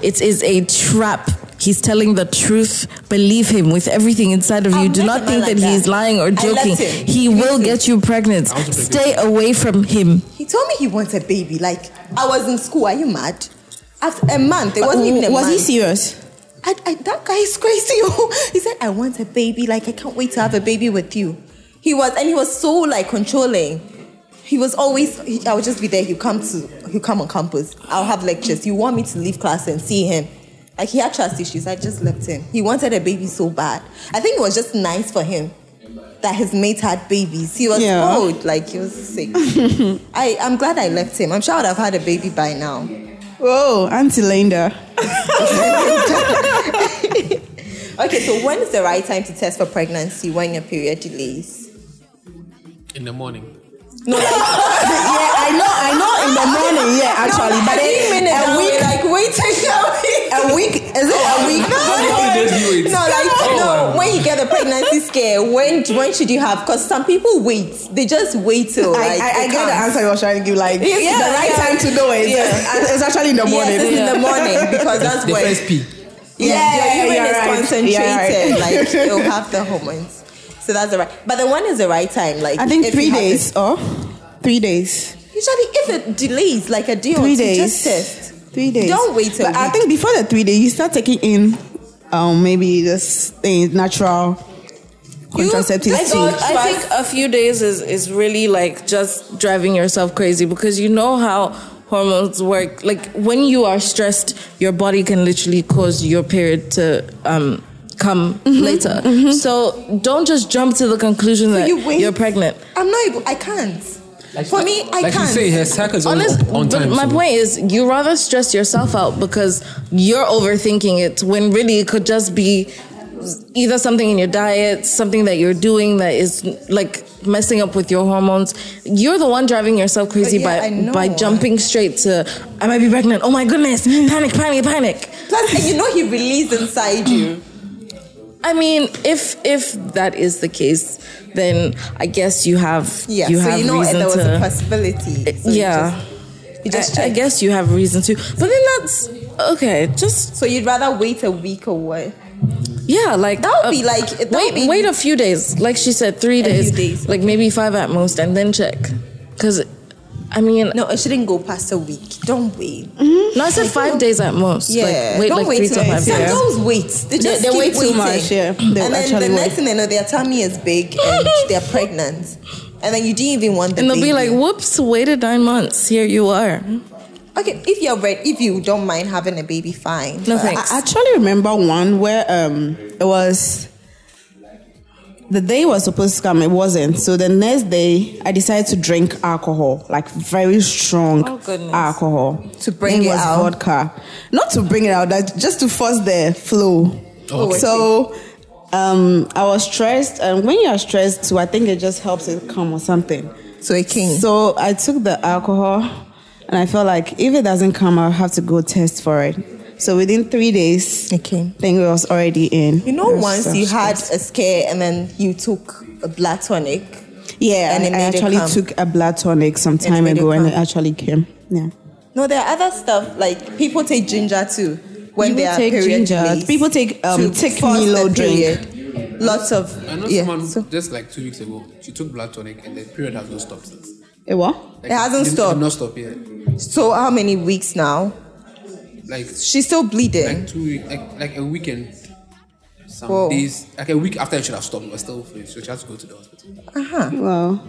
It is a trap. He's telling the truth. Believe him with everything inside of you.
I've
Do
met
not
a
think
man
that,
like
he's
that.
lying
I
or
left
joking.
him.
He
Me
will
too.
get you pregnant.
I want to break
Stay away from him.
he told me he wanted baby. Like, I was in school. Are you mad? After a month, it wasn't even a
was he
month.
serious?
I, I, that guy is crazy. he said, I want a baby. Like, I can't wait to have a baby with you. He was, and he was so like controlling. He was always, he, I would just be there. He'll come to, he'll come on campus. I'll have lectures. You want me to leave class and see him. Like, he had trust issues. I just left him. He wanted a baby so bad. I think it was just nice for him that his mate had babies. He was
Yeah.
old. Like, he was sick. I, I'm glad I left him. I'm sure I'd have had a baby by now.
Oh, Auntie Linda.
Okay, so when is the right time to test for pregnancy when your period delays?
In the morning.
yeah, I know, I know. In the morning, yeah, actually, but then a week,
like wait Oh,
a week, is it a week?
No, like
Oh,
no. When you get the pregnancy scare, when when should you have? Because some people wait. They just wait till
I,
like
I, I
it
get the
comes.
answer you were trying to give. Like,
Yes,
the
yeah,
right
yeah.
time to do it.
Yeah.
It's actually in the morning.
Yes, it's in the morning because that's
The
when
first P.
yeah,
Yeah,
your urine
you're
is
right.
concentrated.
You're right.
Like it'll have the hormones. So that's the right. But then when is the right time? Like
I think
if
three
you have to-
days or three days.
usually, if it delays like a day or
Three
two,
days.
just test.
Three days.
Don't wait a
But I
week.
think before the three days, you start taking in, um, maybe this thing natural contraceptive
I,
thing.
think, I think a few days is, is really like just driving yourself crazy because you know how hormones work. Like when you are stressed, your body can literally cause your period to um, come
Mm-hmm.
later. So don't just jump to the conclusion that
you wait.
you're pregnant.
I'm not able. I can't. For me, I
like
can't.
you say, her cycle's on,
Honest,
on
but
time.
my
so-
point is, you rather stress yourself out because you're overthinking it when really it could just be either something in your diet, something that you're doing that is like messing up with your hormones. You're the one driving yourself crazy
yeah, I
by
know.
by jumping straight to I might be pregnant. Oh my goodness!
Mm.
Panic! Panic! Panic!
Plus, and you know he released inside
Mm.
you.
I mean, if if that is the case, then I guess you have
Yeah.
you
so
have
you know
reason
there was
to Eh,
a possibility. So you
yeah.
just- You just,
I, I
check.
guess you have reason to, but then that's okay. Just
So you'd rather wait a week or what?
yeah, like
That would
uh,
be like- that would
wait,
be-
wait a few days. Like she said, three
few
days,
days.
like maybe five at most, and then check. Because, I mean, no,
No, it shouldn't go past a week. Don't wait.
I said five days at most.
Yeah.
Mm-hmm. like, wait
Don't
like
wait
three
till
to five
Some
days.
girls wait. They just
they
keep
wait too
waiting.
much, yeah. They
and then
actually
the
wait.
next thing they know, their tummy is big and they're pregnant. And then you didn't even want the
And they'll be
baby.
like, "Whoops, waited nine months. Here you are."
Okay, if you're ready, if you don't mind having a baby, fine.
No
But-
thanks.
I actually remember one where um it was the day it was supposed to come, it wasn't. So the next day, I decided to drink alcohol, like very strong
Oh, goodness.
alcohol.
To bring
Then
it
was
out.
vodka, not to bring it out, that just to force the flow.
Oh, okay.
so um, I was stressed, and when you are stressed too, I think it just helps it come or something.
So it came.
So I took the alcohol and I felt like if it doesn't come, I'll have to go test for it. So within three days,
it came.
I think it was already in.
You know,
I was
once
so
you had
stressed.
a scare and then you took a black tonic.
Yeah,
and
and
it
I
made it
actually
come.
took a blood tonic some time
made it
ago and it
come.
actually came. Yeah.
No, there are other stuff like people take ginger too when they
People
are
take
period
ginger.
delays
People take, um,
to
thick
force
Milo
the
drink.
period. Lots of
I know
yeah.
someone
So-
just like two weeks ago, she took blood tonic and the period has not stopped since.
It what?
Like,
It hasn't
did- did
stopped.
Not stopped yet.
so how many weeks now?
Like
She's still bleeding.
like two week, like, like a weekend. Some
Whoa.
days, like a week after it should have stopped, but still, so she has to go to the hospital.
Uh huh.
Well,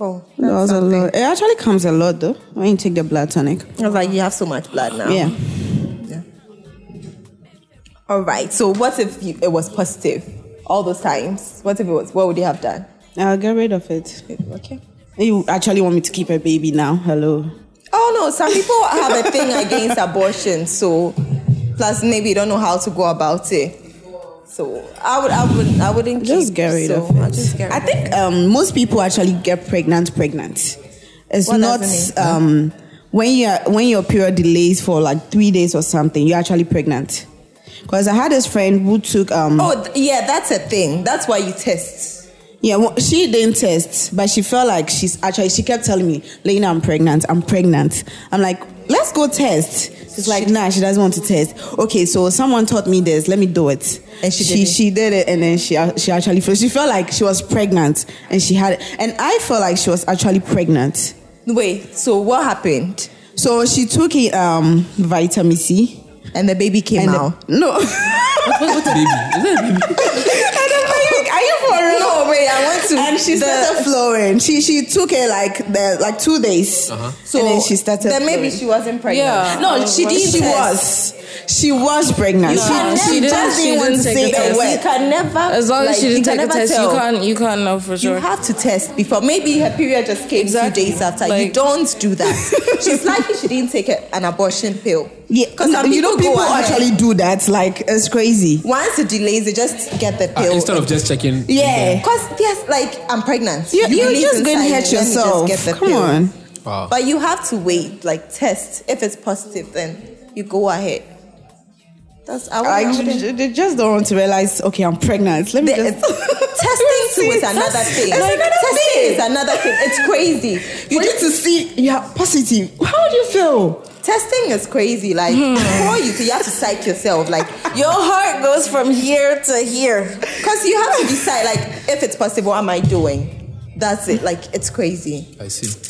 Oh,
that was a lot. It actually comes a lot though when you take the blood tonic.
I was like, you have so much blood now.
Yeah.
All right. So what if you, it was positive all those times? What if it was? What would you have done?
I'll get rid of it.
Okay.
You actually want me to keep a baby now? Hello.
Oh no, some people have a thing against abortion, so plus maybe you don't know how to go about it. So I would, I would, I wouldn't
Just
keep,
get rid
so
of it.
I'll just get
I
rid of
think um, most people actually get pregnant pregnant. It's
What
not
does it
um, when you are- when your period delays for like three days or something. You're actually pregnant. Because I had this friend who took um,
Oh th- yeah, that's a thing. That's why you test.
Yeah, well, she didn't test, but she felt like she's actually. She kept telling me, "Lena, I'm pregnant. I'm pregnant." I'm like, "Let's go test." She's like, "Nah, she doesn't want to test." Okay, so someone taught me this. Let me do it.
And she
she,
did it.
she did it, and then she uh, she actually felt she felt like she was pregnant, and she had, and I felt like she was actually pregnant.
Wait. So what happened?
So she took it, um, vitamin C.
And the baby came
And the-
out.
no, and
baby, is that a baby?
I'm like, are you for real?
Oh, No wait, I want to.
and she
the-
started flowing. She she took it like the like two days, so and then she started.
Then maybe
flowing.
she wasn't pregnant.
Yeah.
no, she did. She was she was pregnant.
You
she,
can
she
never-
just
she
didn't want to
didn't
say
take
the
it.
You
word.
can never.
as long as
like,
she didn't
can
take a
never
test,
tell.
you can't you can't know for
You
sure.
have to test before. Maybe her period just came
Exactly.
two days after. you
Like-
don't do that. She's likely she didn't take a, an abortion pill.
Yeah,
because
no, you know people actually do that. Like it's crazy.
once it delays, they just get the
Ah,
pill.
instead of just checking.
Yeah,
because yes, like I'm pregnant.
you, you,
believe
just going to
inside you, let me
hurt
just
yourself.
get the
Come
pill.
on.
Wow.
But you have to wait, like test. If it's positive, then you go ahead. That's I
I
wouldn't- I wouldn't.
they just don't want to realize. Okay, I'm pregnant. Let me
The-
just
testing too is another thing.
It's another
testing
thing.
is another thing. It's crazy.
You need to see you are positive. How do you feel?
Testing is crazy. Like before you, you have to psych yourself. Like
Hmm. Your heart goes from here to here.
because you have to decide. Like if it's possible, what am I doing? That's it. Like it's crazy.
I see.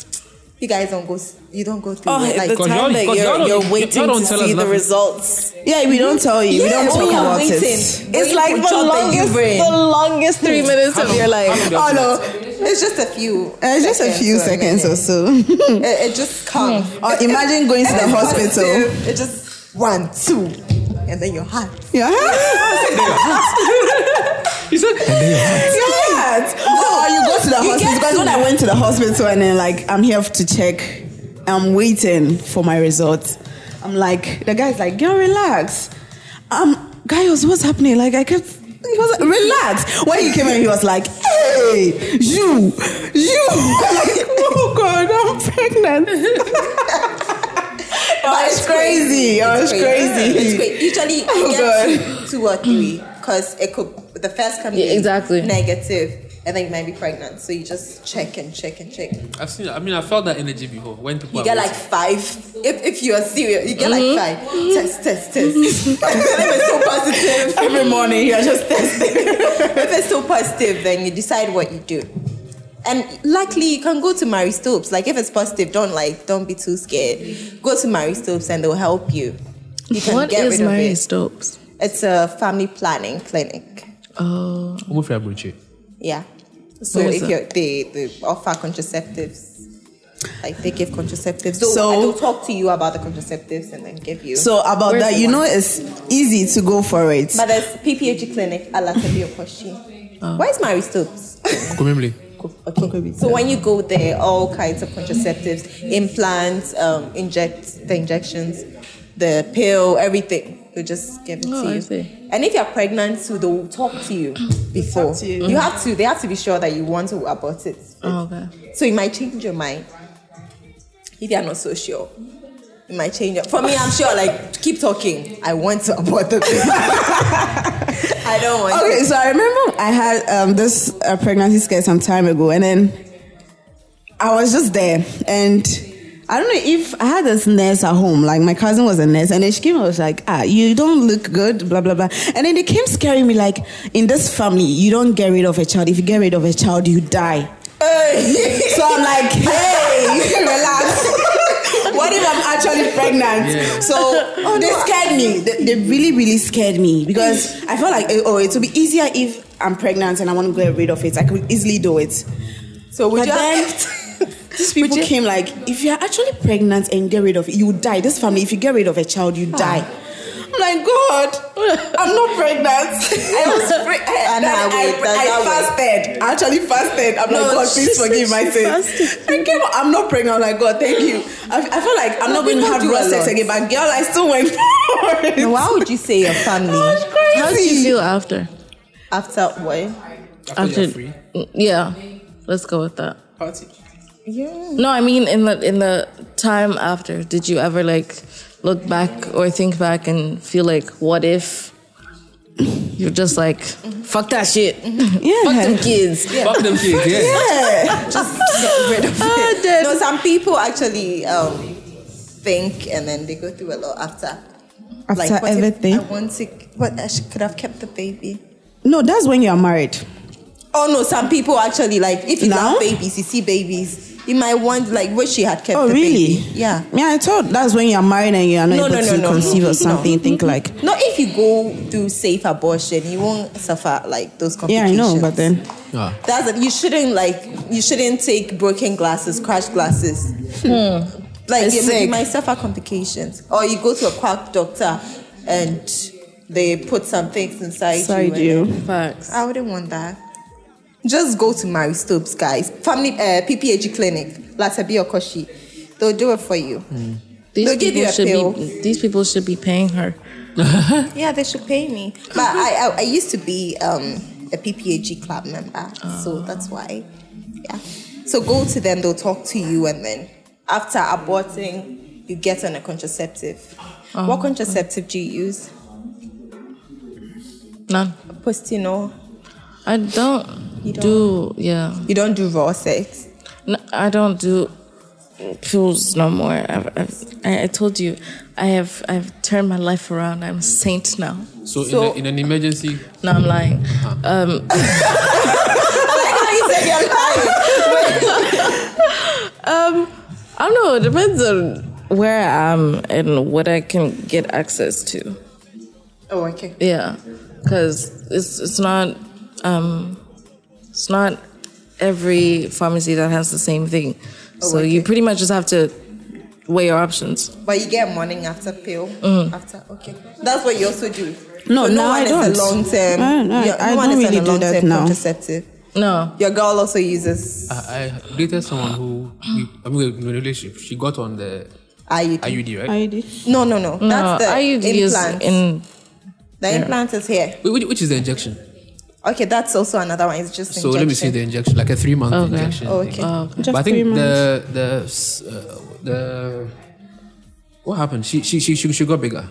You guys don't go. s- You don't go through.
Oh,
it. Like
the
Because y'all-
time that
because
you're,
y'all don't-
you're
y'all
waiting
don't
to
tell us
see the
nothing.
results.
Yeah, oh we don't tell you. we don't
when
talk
you're
about
waiting,
it.
waiting for job that you bring.
longest three minutes
How long- how long do you have
Oh
to
no,
wait?
It's just a few.
Uh, just a few seconds or
minute.
so.
It, it just comes.
Hmm.
Or imagine going to the
It's
hospital. Oh,
positive, It just one, two, and then your heart.
Yeah. Yes. Oh, or you go to the
You
hospital
get
because
to-
when I went to the hospital and then like I'm here to check, I'm waiting for my results. I'm like the guy's like, girl, relax. Um, Gaius, what's happening? Like I kept. He was like, relax. When he came in, he was like, "Hey, you, you!" I'm like, oh God, I'm pregnant. But it's crazy. It was crazy.
It's great. Usually,
Oh,
I get two- two or three because it could the first can be
Yeah, exactly.
negative, and then you might be pregnant. So you just check and check and check.
I've seen. I mean, I felt that energy before when people.
You
are
get
waiting.
like five. If, if you are serious, you get like five. Test, test, test. if it's so positive,
Every morning, you're just testing.
if it's so positive, then you decide what you do. And luckily, you can go to Mary Stopes. Like if it's positive, don't like, don't be too scared. Go to Mary Stopes and they'll help you. You can
What
get
is
rid of
Mary
it.
Stopes?
It's a family planning clinic.
Oh,
Omo fira abrochi.
Yeah. So
Where is
if
that?
you're, they, they offer contraceptives. Like they give contraceptives. So,
So-
they'll talk to you about the contraceptives and then give you.
So about
Where's
that,
the
you
one?
know, it's easy to go for it.
but there's PPHG clinic at Latabio Koshi. Why is Mary Stokes?
Kumimli.
Okay. So when you go there, all kinds of contraceptives, implants, um, inject the injections, the pill, everything. They just give it
Oh,
to
I
you.
see.
And if you're pregnant, too, they will talk to you before.
to you.
you have to. They have to be sure that you want to abort it.
Oh, okay.
So you might change your mind if you are not so sure. You might change your. For me, I'm sure. Like keep talking. I want to abort the baby. I don't want. to.
Okay, so I remember I had um, this uh, pregnancy scare some time ago, and then I was just there, and I don't know if I had this nurse at home. Like my cousin was a nurse, and then she came and was like, "Ah, you don't look good," blah blah blah, and then they came scaring me like, "In this family, you don't get rid of a child. If you get rid of a child, you die." so I'm like, "Hey, relax." What if I'm actually pregnant?
Yeah.
So
Oh,
they scared me. They, they really, really scared me because I felt like, eh, oh, it would be easier if I'm pregnant and I want to get rid of it. I could easily do it.
So would
But
you?
then these people came like, if you're actually pregnant and get rid of it, you would die. This family, if you get rid of a child, you die.
Ah.
I'm like, God, I'm not pregnant. I was pre- I,
And
that-
I
I,
wait, that-
I
that
fasted. I actually fasted. I'm like,
No,
God,
she
please
said
forgive my
she
sins. I came, I'm not pregnant. I'm like, God, thank you. I, I feel like I'm not going to
people
have
do
raw
a
sex
lot.
again, but girl, I still went for it.
No, why would you say your family
That's
How did you
crazy.
feel after?
after what?
After you're free.
Mm, yeah, let's go with that.
Yeah.
No, I mean in the in the time after, did you ever like look back or think back and feel like, what if? You're just like, fuck that shit. Fuck them kids.
Fuck them kids, yeah.
Get rid of
Ah,
it.
then-
No, some people actually um, think and then they go through a lot after.
After
what if
everything?
I want to. What I sh- could have kept the baby.
No, that's when you are married.
Oh no, some people actually like if you
Now?
love babies, you see babies, you might want like wish she had kept
Oh,
the
really?
baby. Yeah.
Yeah, I thought that's when you are married and you are not
No,
able
no, no,
to
no,
conceive
no.
or something.
No.
Think like,
Not if you go through safe abortion, you won't suffer like those
yeah, I
complications.
know, but then
Ah.
That's it. You shouldn't like. You shouldn't take broken glasses, crashed glasses.
Hmm.
Like
It's
you, you
sick.
might suffer complications, or you go to a quack doctor, and they put some things inside
side
you. and-
you.
Facts.
I wouldn't want that. Just go to Mary Stopes, guys. Family uh, PPH clinic, Latabi Okoshi. They'll do it for you.
These
They'll give you
people
a
should
pill.
be these people should be paying her.
Yeah, they should pay me. But I, I, I used to be um, a PPAG club member, so that's why. Yeah. So go to them, they'll talk to you, and then after aborting, you get on a contraceptive. what contraceptive do you use?
None.
Postino.
I don't,
You don't-
do yeah.
You don't do raw sex.
No, I don't do pills no more. I've, I've, I, I told you, I have I've turned my life around. I'm a saint now.
So,
So-
in, a, in an emergency,
No, I'm lying.
you said you're lying.
I don't know. It depends on where I am and what I can get access to.
Oh, okay.
Yeah, because it's it's not um, it's not every pharmacy that has the same thing.
Oh,
so you pretty much just have to weigh your options.
But you get a morning after pill.
Mm.
After okay, that's what you also do.
No,
no
no,
one
I
is
don't.
a long term.
I don't- I- I
one
don't
is on
really
a
do
long
that
term
now.
contraceptive.
No,
Your girl also uses
I, I dated someone who, we, I mean, we were in a relationship. She got on the
IUD.
IUD, right?
No, no, no.
no.
That's the
I use
implant.
in
the implant is here.
Wait, which, which is the injection?
Okay, that's also another one. It's just
So let me see the injection, like a three month
Okay.
injection.
Oh,
thing.
okay.
oh, okay.
but I
Just
think
three
the the s- uh, the what happened? She she she she, she got bigger.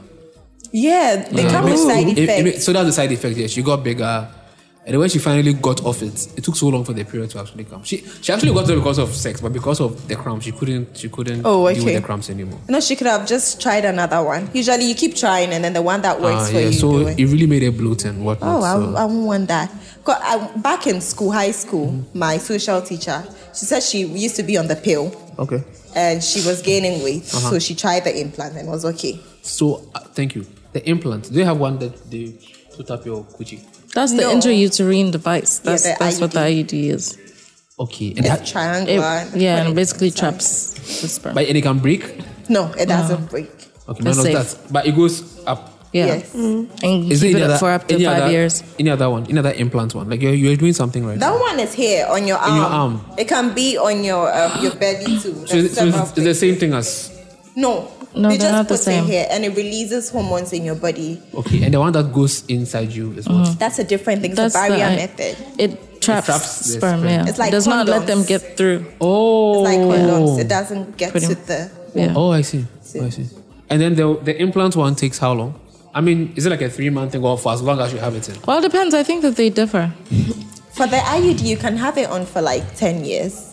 Yeah, they
Yeah.
come
It
with
makes-
side
Mm. it- it
effects.
makes- so that's the side effect. Yeah, she got bigger, and when she finally got off it, it took so long for the period to actually come. She she actually got it because of sex, but because of the cramps, she couldn't she couldn't
Oh,
deal
okay.
with the cramps anymore.
no, she could have just tried another one. Usually, you keep trying, and then the one that works
Ah,
for
yeah,
you.
so
do it.
it really made her bloat and whatnot.
Oh, I,
so.
I wouldn't want that. 'Cause I, back in school, high school,
Mm-hmm.
my social teacher, she said she used to be on the pill
okay.
and she was gaining weight,
Uh-huh.
so she tried the implant and was okay.
So uh, thank you. The implant. Do you have one that they put up your coochie?
That's the
No.
intrauterine device. That's
the
that's what the IUD is.
Okay. And
It's
that,
It-
triangular. and
yeah,
when
and
it-
basically traps the sperm.
but and it can break.
No, it doesn't break.
Okay,
That's
none of
safe.
that. But it goes up.
yeah, Mm.
Yes.
and keep
Is there
it
any
up
other,
for up to
any
five
other,
years.
Any other one? Any other implant one? Like you're, you're doing something right.
That one is here on your arm.
your arm.
It can be on your um, your belly too.
so
There's
is, so is,
several
it's the same thing as
places. No,
No,
they
they're
just
not the
put
same.
it here and it releases hormones in your body.
okay, and the one that goes inside you is
Uh-huh.
what?
That's a different thing. It's
That's
a barrier
the-
method.
It traps,
traps the
sperm.
sperm.
Yeah,
It's like
it does not let them
condoms.
get through.
Oh,
It's like condoms. It doesn't get
Pretty
to
much.
the.
Yeah.
Oh, I see. Oh, I see. And then the the implant one takes how long? I mean, is it like a three month thing or for as long as you have it in?
Well, it depends. I think that they differ.
For the IUD, you can have it on for like ten years.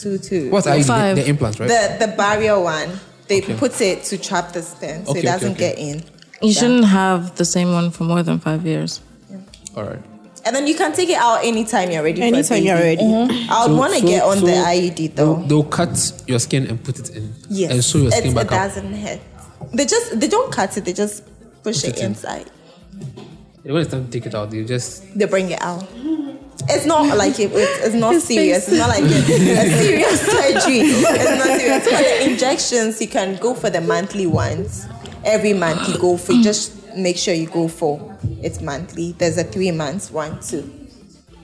Two two.
What are you the,
Five.
the implants, right?
the the barrier one? They
Okay.
put it to trap the sperm, so
Okay,
it
okay,
doesn't
okay.
get in.
You shouldn't have the same one for more than five years.
All right.
And then you can take it out anytime you're ready. for a
Anytime
baby. Mm-hmm.
you're ready.
I would
So-
want to
so-
get on
so
the IUD though.
They'll, they'll cut your skin and put it in.
Yes.
And sew your
It's-
skin back
it
up.
doesn't hurt. They just they don't cut it. They just push it,
it in.
inside.
And When it's time to take it out, you just
They bring it out. It's not like it, it's, it's not serious. It's not like a, a serious surgery. It's not serious. For the injections, you can go for the monthly ones. Every month you go for. Just make sure you go for it's monthly. There's a three months one too.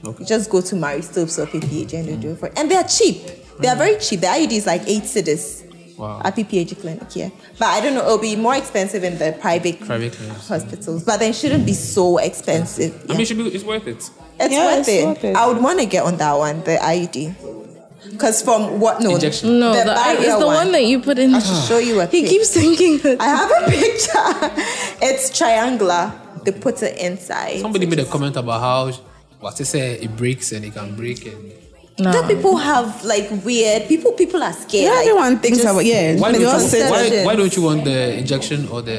Okay.
You Just go to Mary Stopes or PPH and they do it for. And they are cheap. They are very cheap. The IUD is like eight cities.
wow.
at PPH clinic here. But I don't know, it'll be more expensive in the private,
Private clinics.
hospitals. But then it shouldn't be so expensive.
I
yeah.
mean, it should be, it's worth it.
it's,
Yeah,
worth,
it's
it.
worth it.
I would want to get on that one, the IUD. Because from what? No,
Injection.
No, the,
barrier
it's the one. that you put in.
I should show you a
He
pic.
keeps thinking that.
Ah. I have a picture. it's triangular. They put it inside.
Somebody made a comment about how what they say it breaks and it can break and
no.
That people have like weird people. People are scared.
Yeah,
like,
everyone
they
thinks
just-
about yeah.
why
they
don't, you,
all
just
say
said
that.
why,
that.
why don't you want the injection or the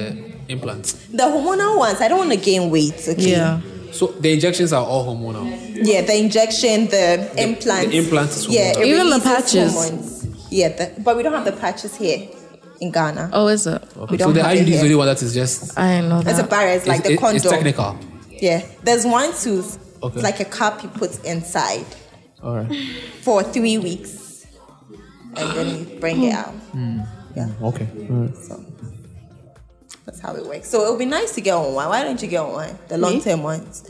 implants?
the hormonal ones. I don't want to gain weight. Okay.
yeah.
So the injections are all hormonal.
Yeah, the injection, the, implant.
the implant is
yeah,
hormonal.
it
Even the
releases
patches.
hormones. Yeah, the, but we don't have the patches here in Ghana.
Oh, is it?
Okay. So
don't
the
have it
IUD is the
here.
only one that is just
I didn't know that.
It's a barrier. It's like
it's,
the
it-
condom.
It's technical.
Yeah, there's one tooth.
Okay.
It's like a cup you put inside
All right.
for three weeks, and then you bring it out.
Okay.
So that's how it works. So it would be nice to get on one. Why don't you get on one? The long term ones.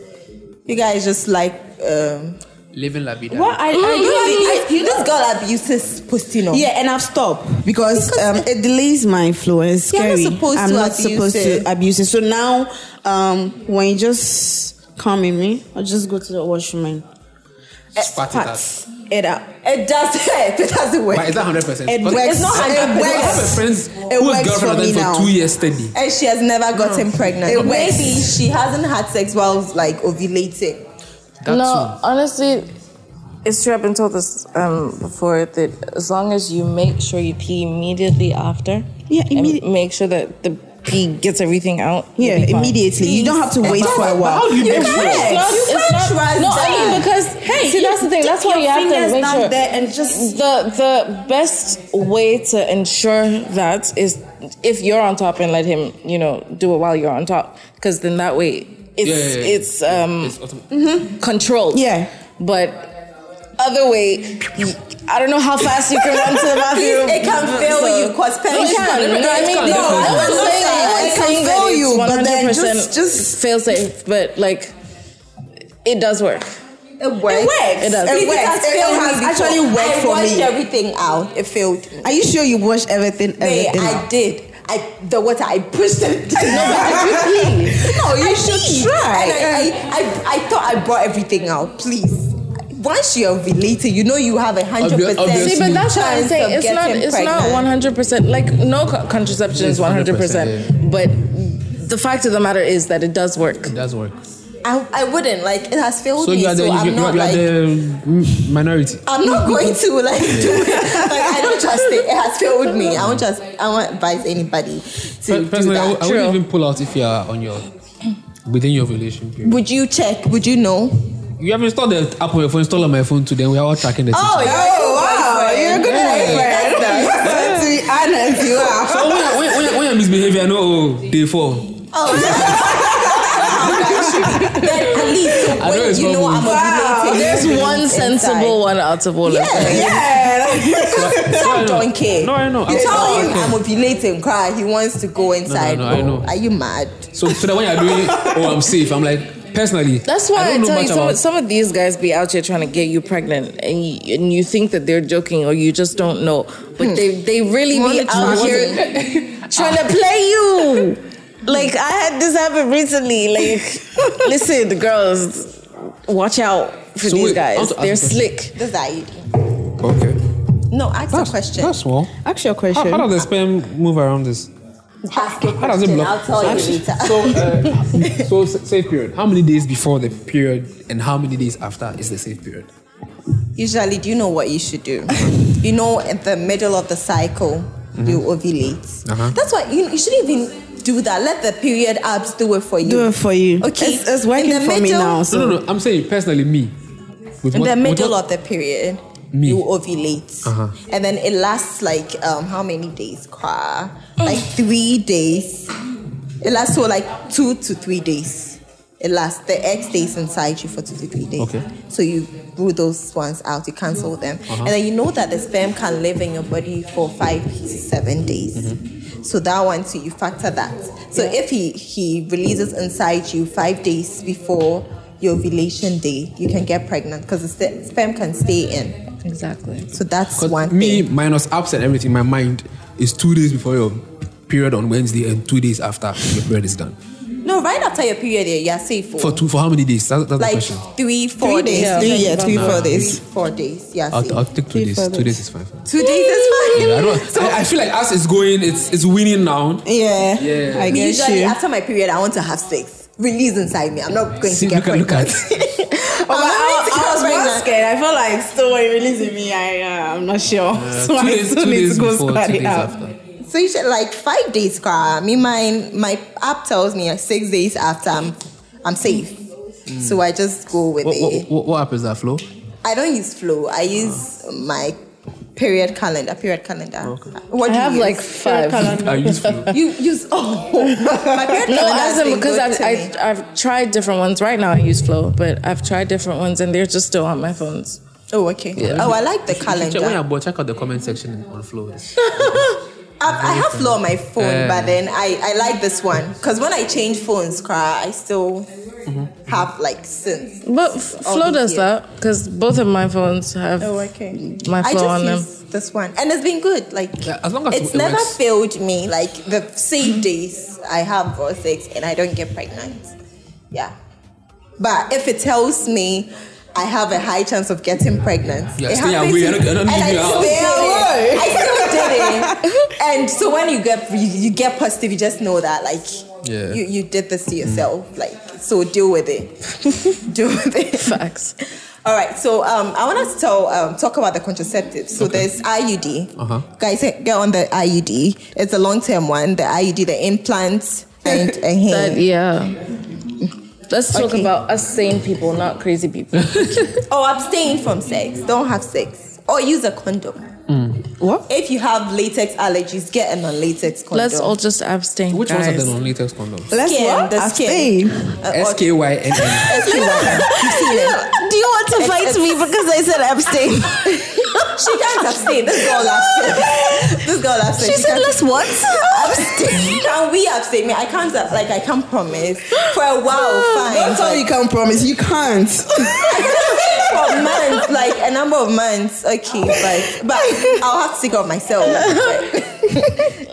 You guys just like um,
Living la vida.
What I, I
I,
really, I-
you this girl abuses posting on.
yeah, and I've stopped because,
Because
um,
it-
it delays my flow. It's
You're not
scary.
supposed
I'm
to
not
abuse
supposed
it.
to abuse it. So now, um, when you just come in me, I'll just go to the washroom and
Spat it out.
it, up.
It does help. It doesn't work.
But is that hundred percent?
It works.
It's not
I-
hundred
I
percent.
have a friend whose
works for
girlfriend
me
has been for
now.
two years steady.
and she has never gotten pregnant.
It
Maybe
works.
she hasn't had sex while like ovulating.
That
no, honestly, it's true. I've been told this um, before that as long as you make sure you pee immediately after,
Yeah,
and
immediate-
make sure that the pee gets everything out.
Yeah,
you'll be fine.
immediately. You don't have to wait for a while.
how do you
It
do
works.
that?
It's not-
You
it's
can't
not-
trust
no, I
that.
mean because hey, see that's the thing. That's
Dip
why you
your
have to
fingers
make
down
sure
there and just
the the best way to ensure that is if you're on top and let him you know do it while you're on top because then that way it's
Yeah, yeah, yeah.
it's um
It's autom-
controlled
Yeah.
but other way you- i don't know how fast you can run to the bathroom
It can fail you cause
no, it can. No, I mean,
It's
no, I
controlled.
wasn't saying, I
It
wasn't
can
saying
fail
that it's
you, but then
100%
just- just-
fail safe, but like, it does work.
It works.
It does.
It,
It
works.
has
It
failed
has
me
actually
before.
worked
I
for
washed
me. everything out. It failed me.
Are you sure you wash everything? everything
I
out?
did. I the water I pushed it. down. No, no, you
I
should
did.
try.
And
And I, I, I, I thought I brought everything out. Please. Once you're ovulating, you know you have a hundred
Obvi-
percent.
obviously.
See, but that's what I'm
chance of
saying. It's not.
getting
It's not
pregnant.
100. percent Like no co- contraception is
It's
100.
100%, yeah.
percent But the fact of the matter is that it does work.
it does work.
I, I wouldn't like it has failed
So
me.
you are the
so
you,
I'm
you
not
are
like
the mm, minority.
I'm not going to like do it. Like I don't trust it. It has failed me. I won't just I won't advise anybody to
Per-
do
Personally, I, would-
that.
I wouldn't
True.
even pull out if you are on your within your relation period.
Would you check? Would you know?
You have installed the app on your phone, installed on my phone too. Then we are all tracking the.
Oh,
situation.
Oh, wow, you're a good boyfriend. to be honest, you are.
So when, I- when, when, I- when I'm misbehaving, I know oh, day four.
Oh, then at least so
know
when
it's
you
not
know I'm
moving.
Wow.
ovulating,
There's
you
one
inside.
sensible one out of all of them.
Yeah,
Yeah.
Some
No, I know.
don't care.
No, I know.
You
I-
tell
I
him
care.
I'm ovulating, cry. He wants to go inside.
no, I know.
Are you mad?
So, so that when you're doing, oh, I'm safe. I'm like, personally,
That's why I,
don't know
tell
much
you, some,
about.
some of these guys be out here trying to get you pregnant, and you, and you think that they're joking, or you just don't know.
Hmm.
But they they really be
Monitoring.
out here trying to play you. Like I had this happen recently. Like, listen, the girls, watch out for
So
these
wait, I
guys.
want to ask
They're
a question.
slick.
Does that you?
okay.
No, ask
That's
a question.
That's small.
Ask your
How,
question.
how does the sperm move around this?
ask a
How does
question.
it block?
I'll tell you later.
So, uh, so s- safe period. How many days before the period and how many days after is the safe period?
Usually, do you know what you should do? you know, at the middle of the cycle, you ovulate.
Mm-hmm. Uh-huh.
That's why you, you shouldn't even do that. Let the period apps do it for you.
Do it for you.
Okay.
It's, it's working
In the
for me
middle-
now. So
No, no, no. I'm saying personally, me. With
In
what-
the
with
middle
what-
of the period,
Me.
you ovulate,
Uh-huh.
and then it lasts like um, how many days? Kwa? Like three days. It lasts for like two to three days. It lasts. The egg stays inside you for two to three days.
Okay.
So you rule those ones out. You cancel them,
Uh-huh.
and then you know that the sperm can live in your body for five to seven days.
Mm-hmm.
So that one too, you factor that. So if he he releases inside you five days before your ovulation day, you can get pregnant because the st- sperm can stay in.
Exactly.
So that's
'Cause
one
me
thing.
minus ups and everything. My mind is two days before your period on Wednesday and two days after your period is done.
No, right after your period, yeah, you're safe for,
For two, for how many days? That's, that's the
like
question.
three, four
Three days.
days.
Yeah, Three, yeah, three, four days.
Three, four days. Yeah, safe.
I'll, I'll take two
Three
days.
for
Two
this.
days is fine. for me.
two days is fine.
Yeah, I don't. I, I feel like us is going. It's it's winning now.
yeah.
Yeah.
I
Me
get
usually
you.
after my period, I want to have sex. Release inside me. I'm not going
See,
to get
look at look
pregnant. I'm
at.
not going to get pregnant.
scared. I felt like still when releasing me, I uh, I'm not sure. so
two days, two days before, two days
uh,
after.
So you should like five days, cry. I mean, mine, my app tells me like six days after I'm, I'm safe. So I just go with
Mm. What, Ah.
it.
what, what, what app is that, Flo?
I don't use Flow. I use my period calendar. Period calendar. What
I
do you
have
use?
like five.
I use Flo.
You use oh my period
No,
calendar. has
as in
been
because
good
I've,
to me.
I, I've tried different ones. Right now I use Flow, but I've tried different ones and they're just still on my phones.
oh okay. Oh, I like the calendar.
Check, when you're bored, check out the comment section on Flo.
I, I have Flow on my phone,
Yeah.
but then I, I like this one because when I change phones, cry, I still have like since.
But F-
all
Flow
these
does
years.
that because both of my phones have
Oh, okay.
my
I
flow
just
on them.
use this one, and it's been good. Like
Yeah, as long as
it's
it
never
works.
failed me. Like the same days I have raw sex and I don't get pregnant. Yeah, but if it tells me. I have a high chance of getting pregnant.
Yeah,
it
stay
happens
away.
to-
I don't- I don't
and
leave
I
you out.
still did it. I still did it. And so when you get you, you get positive, you just know that like
Yeah.
you, you did this to yourself. Like so, deal with it. deal with it.
Facts.
All right, so um, I want us to tell, um, talk about the contraceptives. So there's IUD.
Uh-huh.
Guys, get on the IUD. It's a long term one. The IUD, the implant, and a hand.
But yeah. Let's talk
Okay.
about us sane people, not crazy people.
Or Oh, abstain from sex. Don't have sex. Or use a condom.
What?
If you have latex allergies, get a non latex condom.
Let's all just abstain.
Which ones are
guys.
the non-latex condoms?
Let's
Skin,
what?
the skin.
Abstain.
S K Y N N.
Do you want to fight me because I said abstain? she can't abstain. This girl abstain. This girl abstain. She, said, "Let's what? Abstain? Can we abstain? Me, I can't. ab- Like I can't promise for a
Oh,
while. Fine.
Don't tell me you can't promise. You can't.
for months, like a number of months. Okay, but but I'll have to take off myself.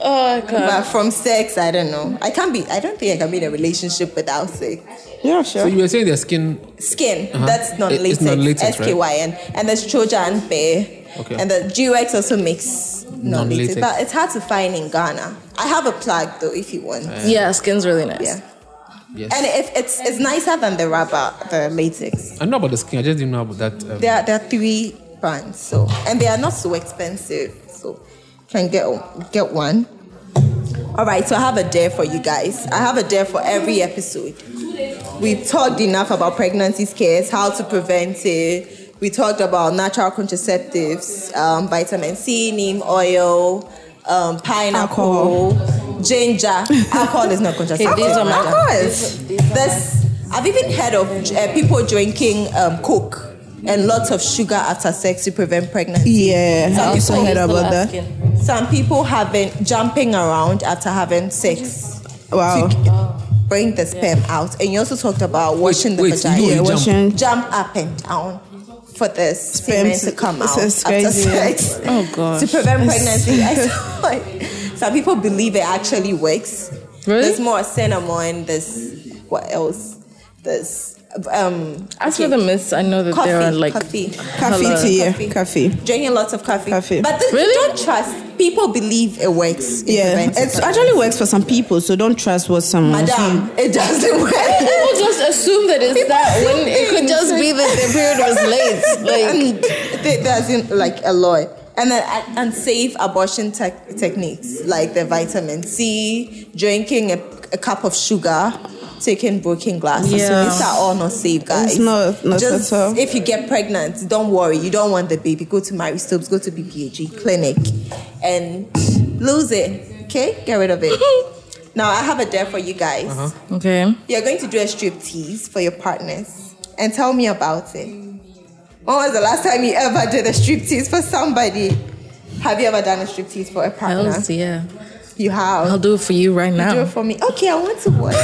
Oh, God.
But from sex, I don't know. I can't be. I don't think I can be in a relationship without sex.
yeah,
So
sure.
you were saying their skin.
skin.
Uh-huh.
That's non
It- it's non-latex,
latex.
right?
S K Y N. And there's Trojan Bear.
Okay.
And the GUX also makes non latex.
Non-latex.
But it's hard to find in Ghana. I have a plug though if you want.
Yeah, skin's really nice.
Yeah.
Yes.
And if it's it's nicer than the rubber, the latex.
I know about the skin. I just didn't know about that. Um,
There are, there are three brands, so and they are not so expensive. So can get get one. All right, so I have a dare for you guys. I have a dare for every episode. We've talked enough about pregnancy scares, how to prevent it. We talked about natural contraceptives, um, vitamin C, neem oil, um, pineapple, ginger. Alcohol is not contraceptive.
these are my-
of course. There's I've even heard of uh, people drinking um, coke and lots of sugar after sex to prevent pregnancy.
Yeah, I also
people
heard
still
about that.
Asking.
Some people have been jumping around after having sex
Wow.
to bring the sperm out. And you also talked about washing the
wait,
vagina.
you
Yeah,
jump.
washing.
jump up and down for the sperm
to-
to come out
it's
after
crazy.
sex
Oh, gosh.
to prevent pregnancy. I saw, like, some people believe it actually works.
Really?
There's more cinnamon. There's what else? There's um.
As for the myths, I know that
Coffee,
there are like
coffee,
Coffee
Hello.
tea, yeah.
Coffee.
Coffee.
drinking lots of coffee.
Coffee.
But this,
Really?
don't trust. People believe it works. It
Yeah,
prevents
it
it.
actually works for some people, so don't trust what someone
Madam, it doesn't work.
People just assume that it's that when it could just be that their period was late. Like,
and th- there's like a lot. And then uh, unsafe abortion tech techniques like the vitamin C, drinking a, a cup of sugar, taking broken glasses.
Yeah.
So these are all not safe, guys.
It's not- not
Just
at all.
If you get pregnant, don't worry. You don't want the baby. Go to Mary Stopes, go to BPAG E clinic and lose it. Okay? Get rid of it. now, I have a dare for you guys.
okay.
You're going to do a strip tease for your partners and tell me about it. When was the last time you ever did a strip tease for somebody? Have you ever done a strip tease for a partner?
Hells yeah.
You have.
I'll do it for you right
do it
now.
for me. Okay, I want to watch.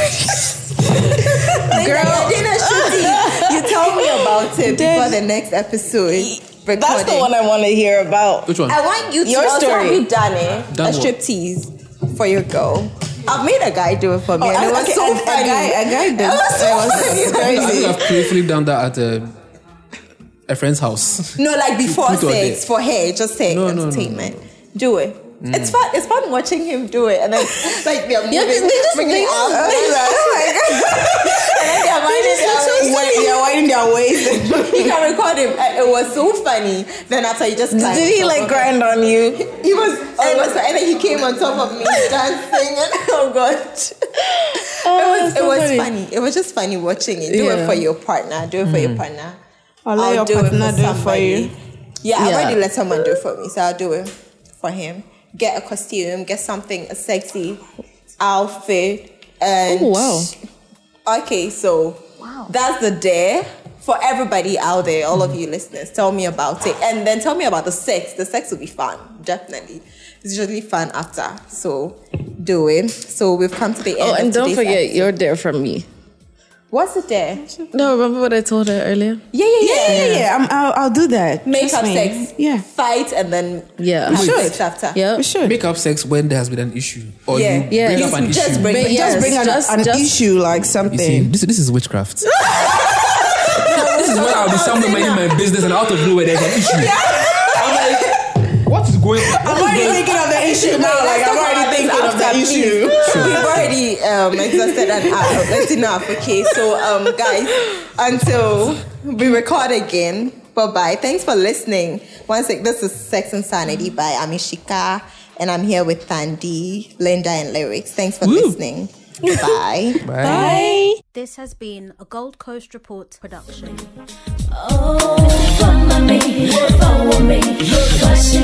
Like,
Girl.
I did a strip tease. You tell me about it before the next episode. Recording.
I want to hear about.
Which one?
I want you to
Your
also
story.
have you done it.
Done
a
what?
strip tease for your girl. I've made a guy do it for me,
Oh,
and it
I-
was
okay,
so
a- a
funny.
guy- a guy did.
It was so
It was
funny.
I think I've playfully done that at a, a friend's house.
No, like before
Put on
sex
it.
for her, just sex
No, no, no, Mm.
entertainment. Do it. It's fun. It's fun watching him do it, and then like they're moving,
Yeah, they- they just
bringing
make-
up.
oh,
oh my god! and then they're minding their own-
Wait, yeah, winding their waist.
You can record him. Uh, It was so funny. Then after he just climbed on top of
grind on you?
it. He was. Oh, it was. And then he came on top of me dancing, and oh god. it was,
so
it was
funny.
funny. It was just funny watching it. Do it
Yeah.
for your partner. Do it for your partner.
Or let your partner do it for you.
Yeah, I've
Yeah.
already let someone do it for me, so I'll do it for him. Get a costume, get something, a sexy outfit. And
Oh, wow.
Okay, so that's the dare for everybody out there, all of you listeners. Tell me about it. And then tell me about the sex. The sex will be fun, definitely. It's usually fun after. So do it. So we've come to the end.
Oh, and
of
don't
today's
forget, you're there from me.
What's it there?
No, remember what I told her earlier?
Yeah, yeah, yeah.
Yeah, yeah, yeah. I'm, I'll, I'll do that.
Make
Trust
up
me.
sex.
Yeah.
Fight and then
Yeah.
have
Wait.
sex after.
Yeah.
We should.
Make up sex when there has been an issue, or
Yeah.
you
Yeah.
bring
You
up an
just
issue.
bring-
But
Just
yes,
bring an,
just,
an
just-
issue like
you see,
something.
this, this is witchcraft. this is where I'll be somewhere minding my business, and out of nowhere there's an issue. I'm like, what is going? on?
I'm already thinking of the issue now. Like I'm already thinking of the issue.
We've already um, exhausted an hour. That's enough. Okay, so um, guys, until we record again, bye bye. Thanks for listening. Once again, this is Sex and Sanity by Amishika, and I'm here with Thandi, Linda, and Lyrics. Thanks for listening. Bye.
Bye.
This has been a Gold Coast Report production.
Oh, follow me, follow me, question